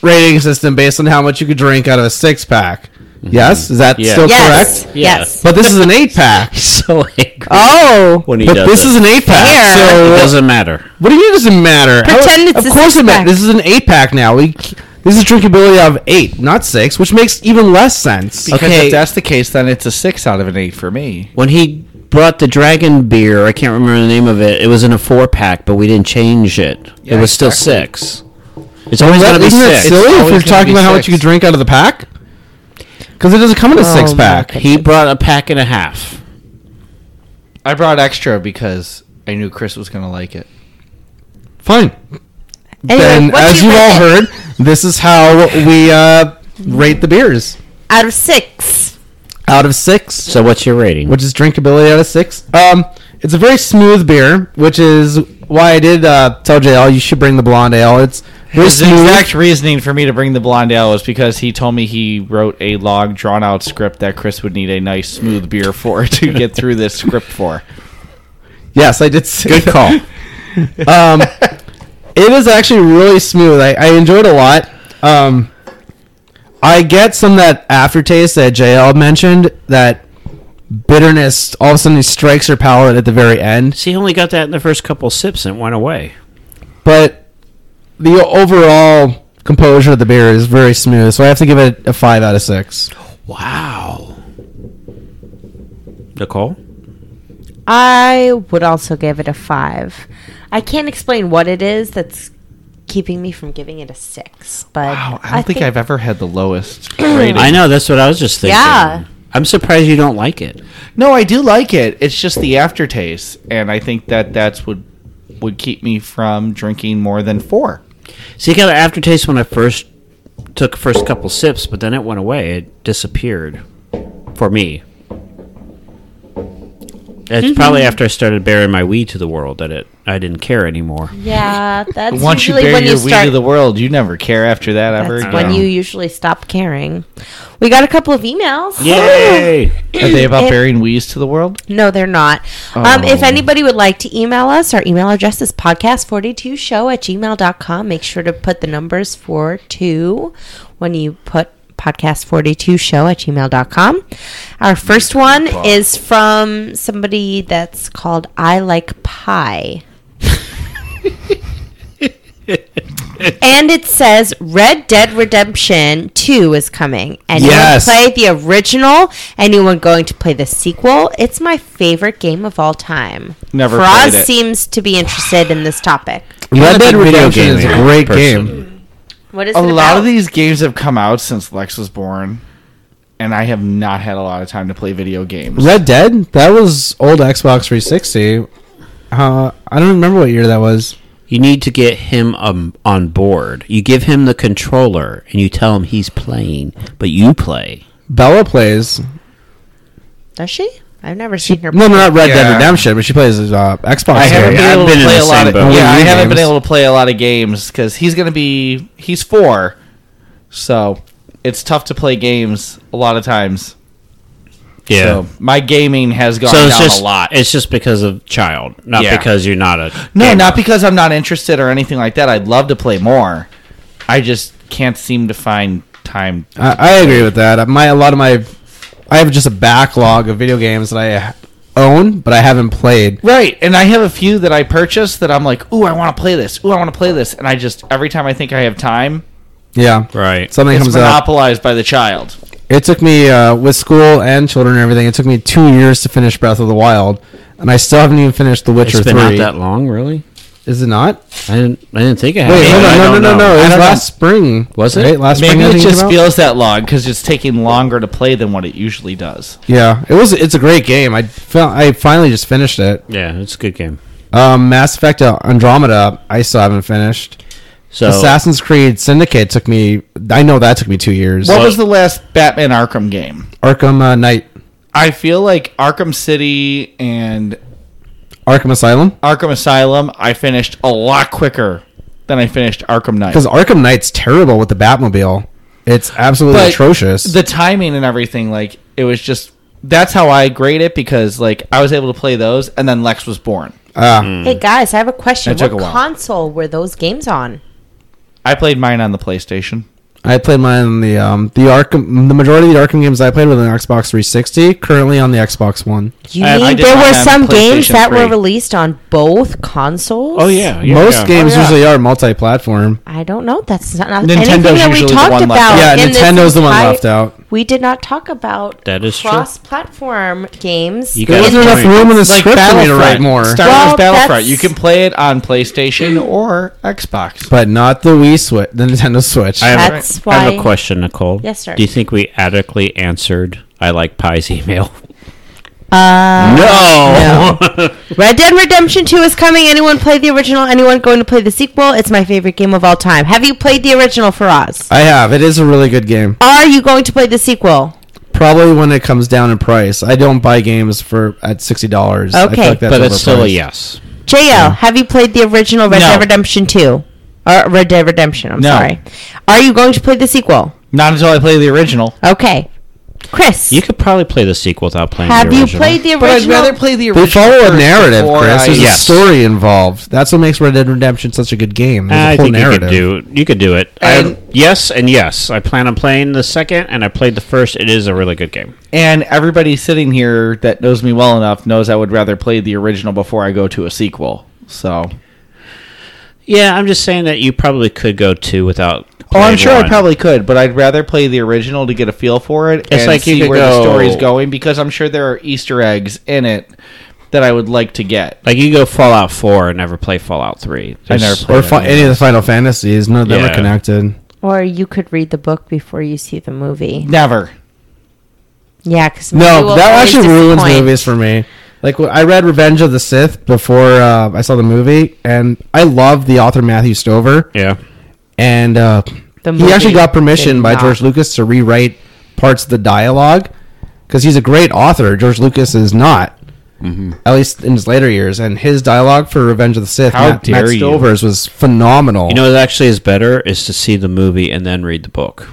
G: rating system based on how much you could drink out of a six pack. Yes, is that
E: Mm-hmm. Yeah.
G: still
F: Yes.
G: correct?
F: Yes.
G: But this is an eight
E: (laughs)
G: pack.
E: so angry
G: Oh,
E: when he
G: but
E: does
G: this
E: it.
G: is an eight pack.
F: Fair.
G: So
E: it doesn't matter.
G: what do you mean it doesn't matter? How-
F: Pretend it's
G: of
F: a
G: course it
F: six-pack.
G: matters. This is an eight pack now. We this is drinkability out of eight, not six, which makes even less sense.
H: Because
E: Okay.
H: if that's the case, then it's a six out of an eight for me.
E: When he brought the dragon beer, I can't remember the name of it. It was in a four pack, but we didn't change it.
H: Yeah,
E: it was still
H: exactly.
E: six. It's always
G: That-
E: gonna be
G: isn't that
E: six.
G: silly if
H: always
G: you're
H: gonna
G: talking
H: be
G: about how much
H: six.
G: you could drink out of the pack?
F: Oh,
G: Because it doesn't come in a six pack.
E: He brought a pack and a half.
H: I brought extra because I knew Chris was gonna like it.
G: Fine.
F: Anyway,
G: then,
F: what do
G: as
F: you
G: you
F: rate
G: all
F: it?
G: heard, this is how we uh, rate the beers
F: Out of six.
G: out of six,
E: So what's your rating?
G: which is drinkability out of six. Um, it's a very smooth beer, which is why I did uh, tell JL you should bring the blonde ale. It's really
H: His
G: smooth.
H: exact reasoning for me to bring the blonde ale was because he told me he wrote a long, drawn out script that Chris would need a nice, smooth beer for (laughs) to get through this script for.
G: yes, I did. Say
E: Good
G: that.
E: call.
G: (laughs) um, it is actually really smooth. I, I enjoyed a lot. Um, I get some of that aftertaste that JL mentioned, that bitterness all of a sudden strikes her palate at the very end.
E: See, he only got that in the first couple sips and it went away.
G: But the overall composure of the beer is very smooth, so I have to give it a 5 out of 6.
E: Wow. Nicole?
F: I would also give it a five. I can't explain what it is that's keeping me from giving it a six. But
H: Wow, I don't think, I've ever had the lowest rating.
E: I know, that's what I was just thinking.
F: Yeah.
E: I'm surprised you don't like it.
H: no, I do like it. It's just the aftertaste, and I think that that's would would keep me from drinking more than four.
E: See, it got an aftertaste when I first took first couple sips, but then it went away. It disappeared for me. It's probably after I started bearing my weed to the world that it I didn't care anymore.
G: (laughs)
F: Yeah, that's
H: Once you
F: usually
H: bury
F: when
H: your
F: you
H: weed
F: start.
H: to the world, you never care after that ever
F: that's
H: again.
F: when you usually stop caring. We got a couple of emails.
E: (laughs) Yay!
H: Are they about
F: It-
H: burying weeds to the world?
F: (laughs) No, they're not. Um, if anybody would like to email us, our email address is podcast42show at gmail.com. Make sure to put the numbers for two when you put podcast42show at gmail.com. Our first one is from somebody that's called I Like Pie. and it says Red Dead Redemption 2 is coming. Anyone
G: Yes.
F: play the original? Anyone going to play the sequel? It's my favorite game of all time.
H: Never
F: Faraz
H: played it.
F: sems to be interested in this topic.
G: Red Dead Redemption is a great
E: person.
G: game.
F: What is
H: a
F: it
H: lot
F: about?
H: of these games have come out since Lex was born, and I have not had a lot of time to play video games.
G: Red Dead? That was old Xbox 360. Uh, I don't remember what year that was.
E: You need to get him um, on board. You give him the controller and you tell him he's playing, but you play.
G: Bella plays
F: Does she? I've never seen her.
G: No, no, not Red
H: Yeah.
G: Dead Redemption, but she plays uh, Xbox.
H: I haven't
G: game.
H: been
E: I've
H: able
E: been
H: to
E: in
H: play
E: the
H: a lot
E: same
H: of
E: boat.
H: yeah. I
G: Only
H: haven't been
G: games.
H: able to play a lot of games because he's gonna be he's four, so it's tough to play games a lot of times.
E: Yeah.
H: So my gaming has gone
E: So, it's
H: down
E: just
H: a lot.
E: It's just because of child, not
H: Yeah.
E: because you're not a
H: No,
E: gamer.
H: not because I'm not interested or anything like that. I'd love to play more. I just can't seem to find time.
G: I, I agree with that. My a lot of my, I have just a backlog of video games that I own, but I haven't played.
H: Right, and I have a few that I purchased that I'm like, ooh, I want to play this. Ooh, I want to play this, and I just every time I think I have time,
G: Yeah,
E: Right.
G: Something
H: it's
G: comes up.
H: monopolized by the child.
G: It took me uh, with school and children and everything. It took me two years to finish Breath of the Wild, and I still haven't even finished The Witcher
E: It's been out
G: Three.
E: that long, really?
G: Is it not?
E: I didn't. I didn't think I had.
G: Wait,
E: it.
G: hold
E: I
G: on, no, no,
E: don't
G: no, no,
E: know.
G: It
E: I
G: was
E: don't know.
G: last spring.
E: Was it?
G: Right, last
H: Maybe
G: spring. I
H: it
G: think
H: just
G: about?
H: feels that long because it's taking longer to play than what it usually does.
G: Yeah, it was. It's a great game. I felt. I finally just finished it.
E: Yeah, it's a good game.
G: Um, Mass Effect Andromeda. I still haven't finished.
E: So
G: Assassin's Creed Syndicate took me. I know that took me two years.
H: What was the last Batman Arkham game?
G: Arkham uh, Knight,
H: I feel like Arkham City and
G: Arkham Asylum,
H: Arkham Asylum, I finished a lot quicker than I finished Arkham Knight.
G: because Arkham Knight's terrible with the Batmobile. It's absolutely
H: But
G: atrocious.
H: The timing and everything, like it was just that's how I grade it because like I was able to play those and then Lex was born.
G: Ah,
F: Hey guys, I have a question.
H: That took
F: What
H: a while.
F: console were those games on?
H: I played mine on the PlayStation.
G: I played mine on the um the Arkham. The majority of the Arkham games I played were on the Xbox 360. Currently on the Xbox One.
F: You
H: I- I
F: mean
H: did
F: there
H: not
F: were
H: have
F: some games
H: PlayStation
F: that were
H: 3.
F: released on both consoles?
E: oh yeah, yeah,
G: Most
E: yeah.
G: games
F: Oh, yeah.
G: usually are multi-platform.
F: I don't know. That's not, not
H: Nintendo's
F: anything that we
H: usually the
F: talked
H: one left
F: about.
H: out.
G: Yeah,
F: Oh, in this
G: Nintendo's the one
F: entire-
G: left out.
F: We did not talk about
E: That is true.
F: cross-platform games.
E: You
G: There
E: got
G: wasn't
E: a
G: enough
E: point.
G: room in the script for me to write more.
H: Star
F: Well,
H: Wars Battlefront.
F: that's-
H: You can play it on PlayStation or Xbox.
G: but not the Wii Switch, the Nintendo Switch.
E: I have,
F: That's
E: I have
F: why-
E: a question, Nicole.
F: Yes, sir.
E: Do you think we adequately answered I like pie's email?
F: Uh,
E: (laughs) No. Mm-hmm.
F: Red Dead Redemption 2 is coming. Anyone play the original? Anyone going to play the sequel? It's my favorite game of all time. Have you played the original,
E: Uh,
F: Faraz?
G: I have. It is a really good game.
F: Are you going to play the sequel?
G: Probably when it comes down in price. I don't buy games for at sixty dollars. I
F: Okay.
G: feel like that's
E: but it's still a
G: overpriced.
E: yes.
F: JL, have you played the original Red
H: No.
F: Dead Redemption 2? Or Red Dead Redemption, I'm
H: No.
F: sorry. Are you going to play the sequel?
H: Not until I play the original.
F: Okay. Chris,
E: You could probably play the sequel without playing.
F: have
E: the
F: you
E: original.
F: played the
H: But I'd
F: original?
H: rather play the original.
G: They follow a
H: first
G: narrative,
H: before
G: Chris.
H: I-
G: There's
E: Yes.
G: a story involved. That's what makes Red Dead Redemption such a good game. There's a
E: I
G: whole
E: think
G: narrative.
E: you could do. You could do it. I,
H: And-
E: yes and yes. I plan on playing the second, and I played the first. It is a really good game.
H: And everybody sitting here that knows me well enough knows I would rather play the original before I go to a sequel. So,
E: Yeah, I'm just saying that you probably could go two without.
H: oh, I'm
E: playing
H: sure I
E: one.
H: probably could, but I'd rather play the original to get a feel for it and
E: like you
H: see
E: could
H: where
E: go-
H: the story's going because I'm sure there are Easter eggs in it that I would like to get.
E: like you go Fallout Four and never play Fallout Three.
H: I never
E: There's-
H: played
G: Or fi- any of the Final Fantasies. None of them
E: Yeah.
G: are connected.
F: or you could read the book before you see the movie.
H: Never.
F: Yeah, because
G: No, that actually ruins movies for me. Like wh- I read Revenge of the Sith before uh, I saw the movie, and I love the author Matthew Stover,
E: Yeah.
G: and uh,
F: The
G: he actually
F: movie
G: got permission
F: did
G: by
F: not.
G: George Lucas to rewrite parts of the dialogue because he's a great author. George Lucas is not, at least in his later years, and his dialogue for Revenge of the Sith,
H: How
G: Matt, Matt
H: dare you.
G: Stover's, was phenomenal.
E: You know what actually is better is to see the movie and then read the book.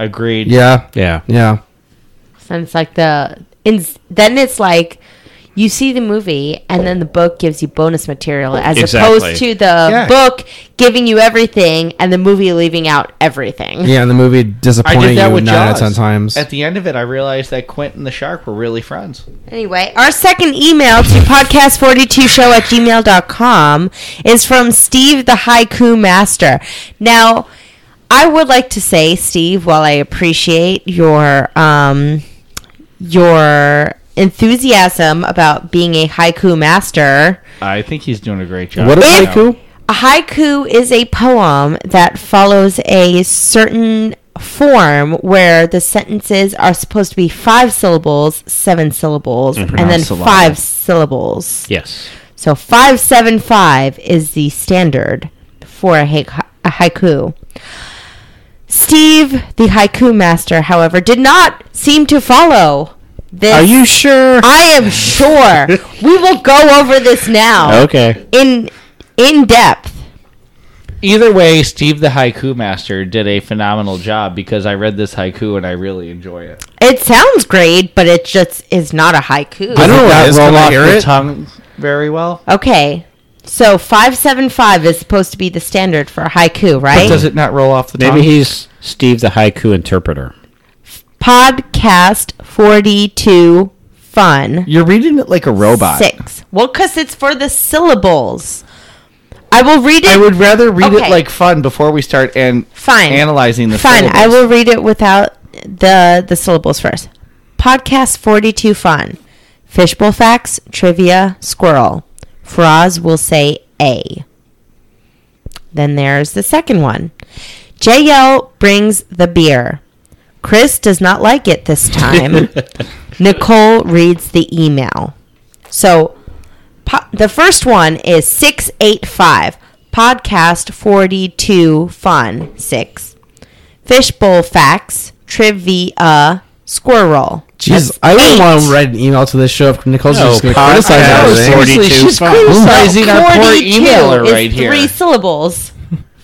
H: Agreed.
G: yeah,
E: Yeah.
G: yeah.
F: And it's like the. In, then it's like you see the movie and then the book gives you bonus material as
E: Exactly.
F: opposed to the
H: Yeah.
F: book giving you everything and the movie leaving out everything.
G: Yeah, and the movie
H: I
G: disappointed
H: did that
G: you
H: with
G: nine out of
H: Jaws.
G: ten times.
H: At the end of it, I realized that Quint and the shark were really friends.
F: Anyway, our second email to podcast42show at gmail.com is from Steve the Haiku Master. Now, I would like to say, Steve, while I appreciate your um, your enthusiasm about being a haiku master,
H: I think he's doing a great job.
G: what a
F: It-
G: haiku!
F: a haiku is a poem that follows a certain form where the sentences are supposed to be five syllables, seven syllables, and then
H: Pronounced
F: five syllables.
E: Yes.
F: So 575 is the standard for a, ha- a haiku. Steve, the haiku master, however, did not seem to follow this.
E: Are you sure?
F: I am
E: (laughs)
F: sure. we will go over this now
E: okay.
F: in in depth.
H: Either way, Steve the Haiku Master did a phenomenal job because I read this haiku and I really enjoy it.
F: It sounds great, but it just is not a haiku.
G: I don't know what it is. Can I hear
H: the
G: it?
H: tongue very well.
F: okay. So 575 is supposed to be the standard for a haiku, right?
H: Does it not roll off the tongue?
E: Maybe he's Steve the haiku interpreter.
F: Podcast 42 fun.
H: You're reading it like a robot.
F: Six. Well, because it's for the syllables. I will read it.
H: I would rather read
F: Okay.
H: it like fun before we start and
F: Fine.
H: analyzing the
F: Fine. I
H: syllables.
F: will read it without the the syllables first. Podcast 42 fun. Fishbowl facts, trivia, squirrel. Faraz will say A. Then there's the second one. JL brings the beer. Chris does not like it this time. Nicole reads the email. So po- the first one is 685 podcast 42 fun 6 fishbowl facts trivia squirrel
G: Jeez,
F: That's
G: I wouldn't
F: eight.
G: want to write an email to this show if Nicole's
E: No,
G: just going to
E: podcast
G: criticize
E: was
G: everything.
E: forty-
H: Seriously,
E: 42
H: she's
E: fun.
H: criticizing our poor
F: 42
H: emailer
F: is
H: right here.
F: three syllables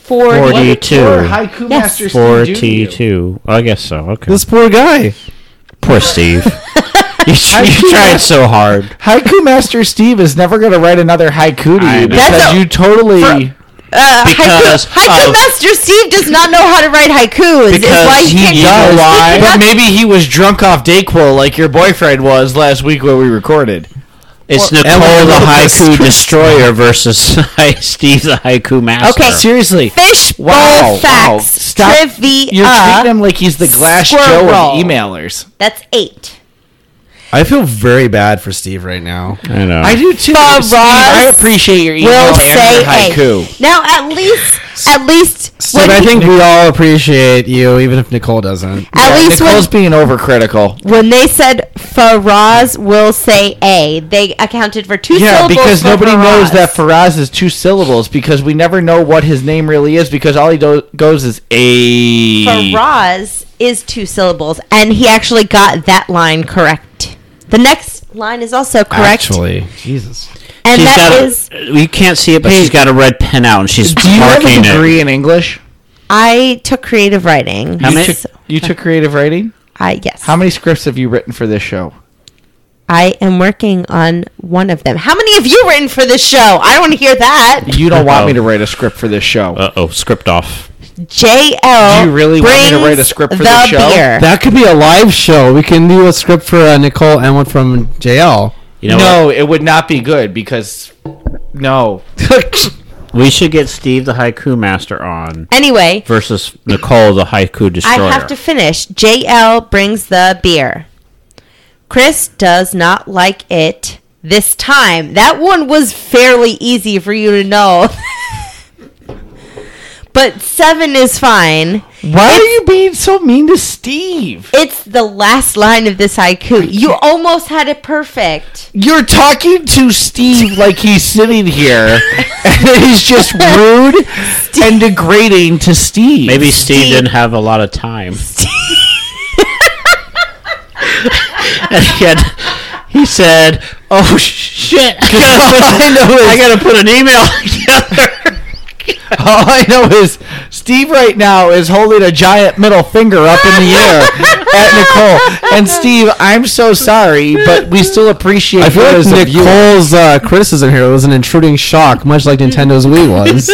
F: 40,
E: Forty-
H: Poor
E: 42.
H: haiku
F: Yes.
H: master Steve Doogie.
E: Forty-two. I guess so. Okay.
G: This poor guy.
E: poor
F: (laughs)
E: Steve. you, you tried so hard.
H: (laughs) Haiku Master Steve is never going to write another haiku
E: I
H: to
E: know.
H: you because
F: That's a-
H: you totally.
F: uh,
E: Because
F: haiku, haiku
E: of-
F: master steve does not know how to write haikus is why he, can't (laughs)
H: does.
F: He does-
H: But maybe he was drunk off Dayquil like your boyfriend was last week when we recorded.
E: It's Nicole
G: Ellen
E: the
G: Lopez.
E: haiku destroyer versus (laughs) Steve the haiku master.
F: Okay.
H: Seriously.
F: fishbowl
H: Wow, wow.
F: facts
H: Stop.
F: trivia
H: You're treating him like he's the glass Joe
F: squirrel.
H: of emailers.
F: that's 8
G: I feel very bad for Steve right now.
E: I know.
H: I do too. Steve, I appreciate your email
F: will say
H: and your haiku.
F: A. Now at least at least
G: Steve,
F: when
G: I
F: he-
G: think we all appreciate you, even if Nicole doesn't.
F: at least
H: Nicole's
F: when,
H: being overcritical.
F: when they said Faraz will say A. They accounted for two
H: Yeah,
F: syllables.
H: because
F: for
H: nobody knows
F: Faraz.
H: that Faraz is two syllables because we never know what his name really is because all he do- goes is a.
F: Faraz is two syllables, and he actually got that line correct. The next line is also correct,
G: Actually, Jesus.
F: and
E: She's
F: that
E: got a-
F: is
E: you can't see it, but she's got a red pen out and she's
H: Do you have a
E: marking it.
H: degree in English?
F: I took creative writing.
E: How many-
F: So
H: You took creative writing.
F: I yes.
H: How many scripts have you written for this show?
F: I am working on one of them. How many of you written for this show? I want to hear that.
H: You don't want me
E: Oh.
H: to write a script for this show.
E: Uh oh, script off.
F: JL.
H: Do you really want me to write a
F: brings
H: script for
F: the
H: this show?
F: Beer.
G: That could be a live show. We can do a script for uh, Nicole and one from JL.
E: You know
H: no, it would not be good because (laughs) no.
E: what? We should get Steve the haiku master on
F: anyway,
E: versus Nicole the haiku destroyer.
F: I have to finish. JL brings the beer. Chris does not like it this time. That one was fairly easy for you to know. (laughs) but seven is fine.
H: Why are you being so mean to Steve?
F: It's the last line of this haiku. You almost had it perfect.
H: You're talking to Steve like he's sitting here, and he's just rude and degrading to Steve.
E: Maybe Steve,
F: Steve.
E: didn't have a lot of
F: (laughs)
E: time. (laughs) and he, had, he said, "Oh
H: (laughs)
E: sh- shit! I gotta, put,
H: I know
E: I
H: is-
E: gotta put an email (laughs) together."
H: all I know is Steve right now is holding a giant middle finger up in the air at Nicole. And Steve, I'm so sorry, but we still appreciate.
G: I feel
H: you
G: like
H: as a viewer.
G: Nicole's uh, criticism here was an intruding shock, much like Nintendo's Wii was.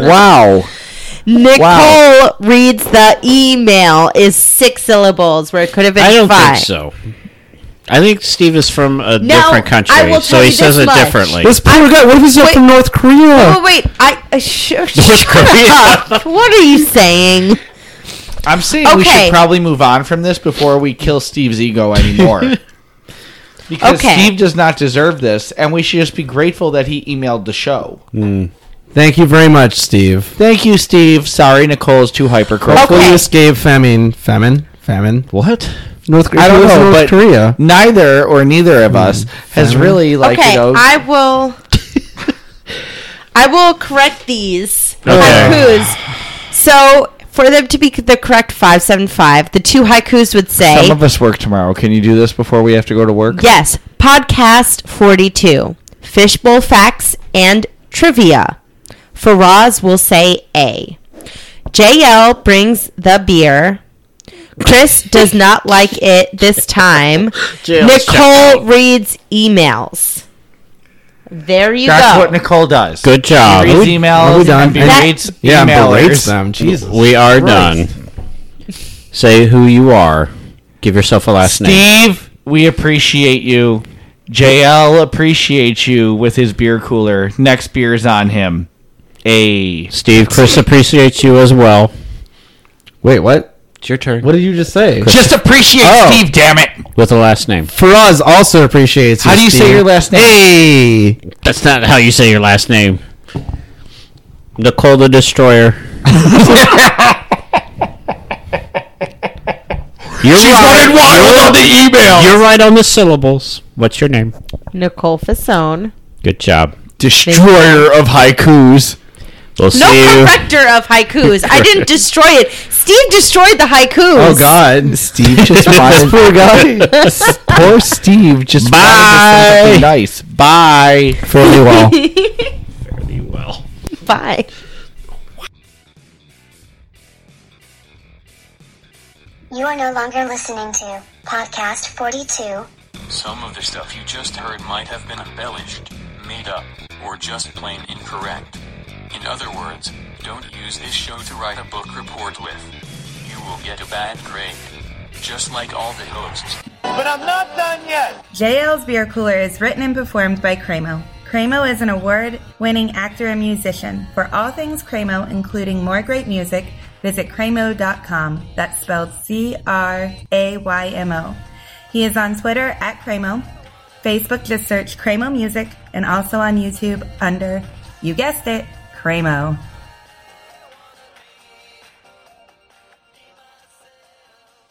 H: Wow.
F: Nicole
H: Wow.
F: reads the email is six syllables where it could have been
E: I don't
F: five.
E: think so. I think Steve is from a
F: No,
E: different country,
F: I will
E: so
F: tell
E: he
F: you
E: says
F: this
E: it
F: much.
E: differently.
G: this poor guy, what if he's not
F: Wait.
G: from North Korea?
F: Oh wait, I uh, sh-
H: (laughs)
F: shut
E: Korea.
F: up. What are you saying?
H: I'm saying we
F: Okay.
H: should probably move on from this before we kill Steve's ego anymore.
F: (laughs)
H: because
F: Okay.
H: Steve does not deserve this, and we should just be grateful that he emailed the show.
G: Thank you very much, Steve.
H: Thank you, Steve. Sorry, Nicole's too hypercritical.
G: Hopefully
F: Okay.
G: this gave famine, famine, famine.
E: what?
G: North Korea.
H: I don't know,
G: North
H: but
G: Korea.
H: neither or neither of us has really (laughs) like
F: okay,
H: you know.
F: I will. I will correct these
E: Okay.
F: haikus. So for them to be c- the correct five seven five, the two haikus would say
H: some of us work tomorrow. Can you do this before we have to go to work?
F: yes, podcast forty two, fishbowl facts and trivia. Faraz will say A. JL brings the beer. Chris does not like it this time. Nicole reads emails. There you
H: That's
F: go.
H: what Nicole does.
E: Good
H: She
E: job.
H: reads
G: we-
H: emails
G: are we done?
H: and
G: That-
H: berates
G: Yeah, and
H: emailers.
G: berates them. Jesus.
E: We are
H: Christ.
E: done. Say who you are. Give yourself a last name.
H: Steve, we appreciate you. JL appreciates you with his beer cooler. Next beer's on him. A.
E: Steve, Chris appreciates you as well.
G: Wait, what?
E: It's your turn.
G: What did you just say?
H: Just appreciate
G: Oh.
H: Steve, damn it.
E: With a last name.
G: Faraz also appreciates you,
H: How do you say
G: Steve.
H: your last name?
G: Hey!
E: That's not how you say your last name. Nicole the
H: (laughs)
E: Destroyer. You're right.
H: on the email.
E: You're right on the syllables. What's your name?
F: Nicole Fasone.
E: Good job.
H: Destroyer of haikus.
E: We'll
F: No
E: see you.
F: corrector of haikus. I didn't destroy it. Steve destroyed the haikus.
G: Oh, God. Steve (laughs) just
H: This
G: fired.
H: poor guy.
G: (laughs) poor Steve just
H: Bye.
G: fired us something
H: Nice. Bye.
G: nice. Fairly well.
E: Well.
F: (laughs) Bye.
D: You are no longer listening to Podcast 42.
J: Some of the stuff you just heard might have been embellished, made up, or just plain incorrect. In other words, don't use this show to write a book report with. You will get a bad grade. Just like all the hosts.
K: JL's Beer Cooler is written and performed by Cremo. Cremo is an award winning actor and musician. For all things Cremo, including more great music, visit Cremo.com. That's spelled C R A Y M O. He is on Twitter at Cremo, Facebook, just search Cremo Music, and also on YouTube under, you guessed it, Cremo.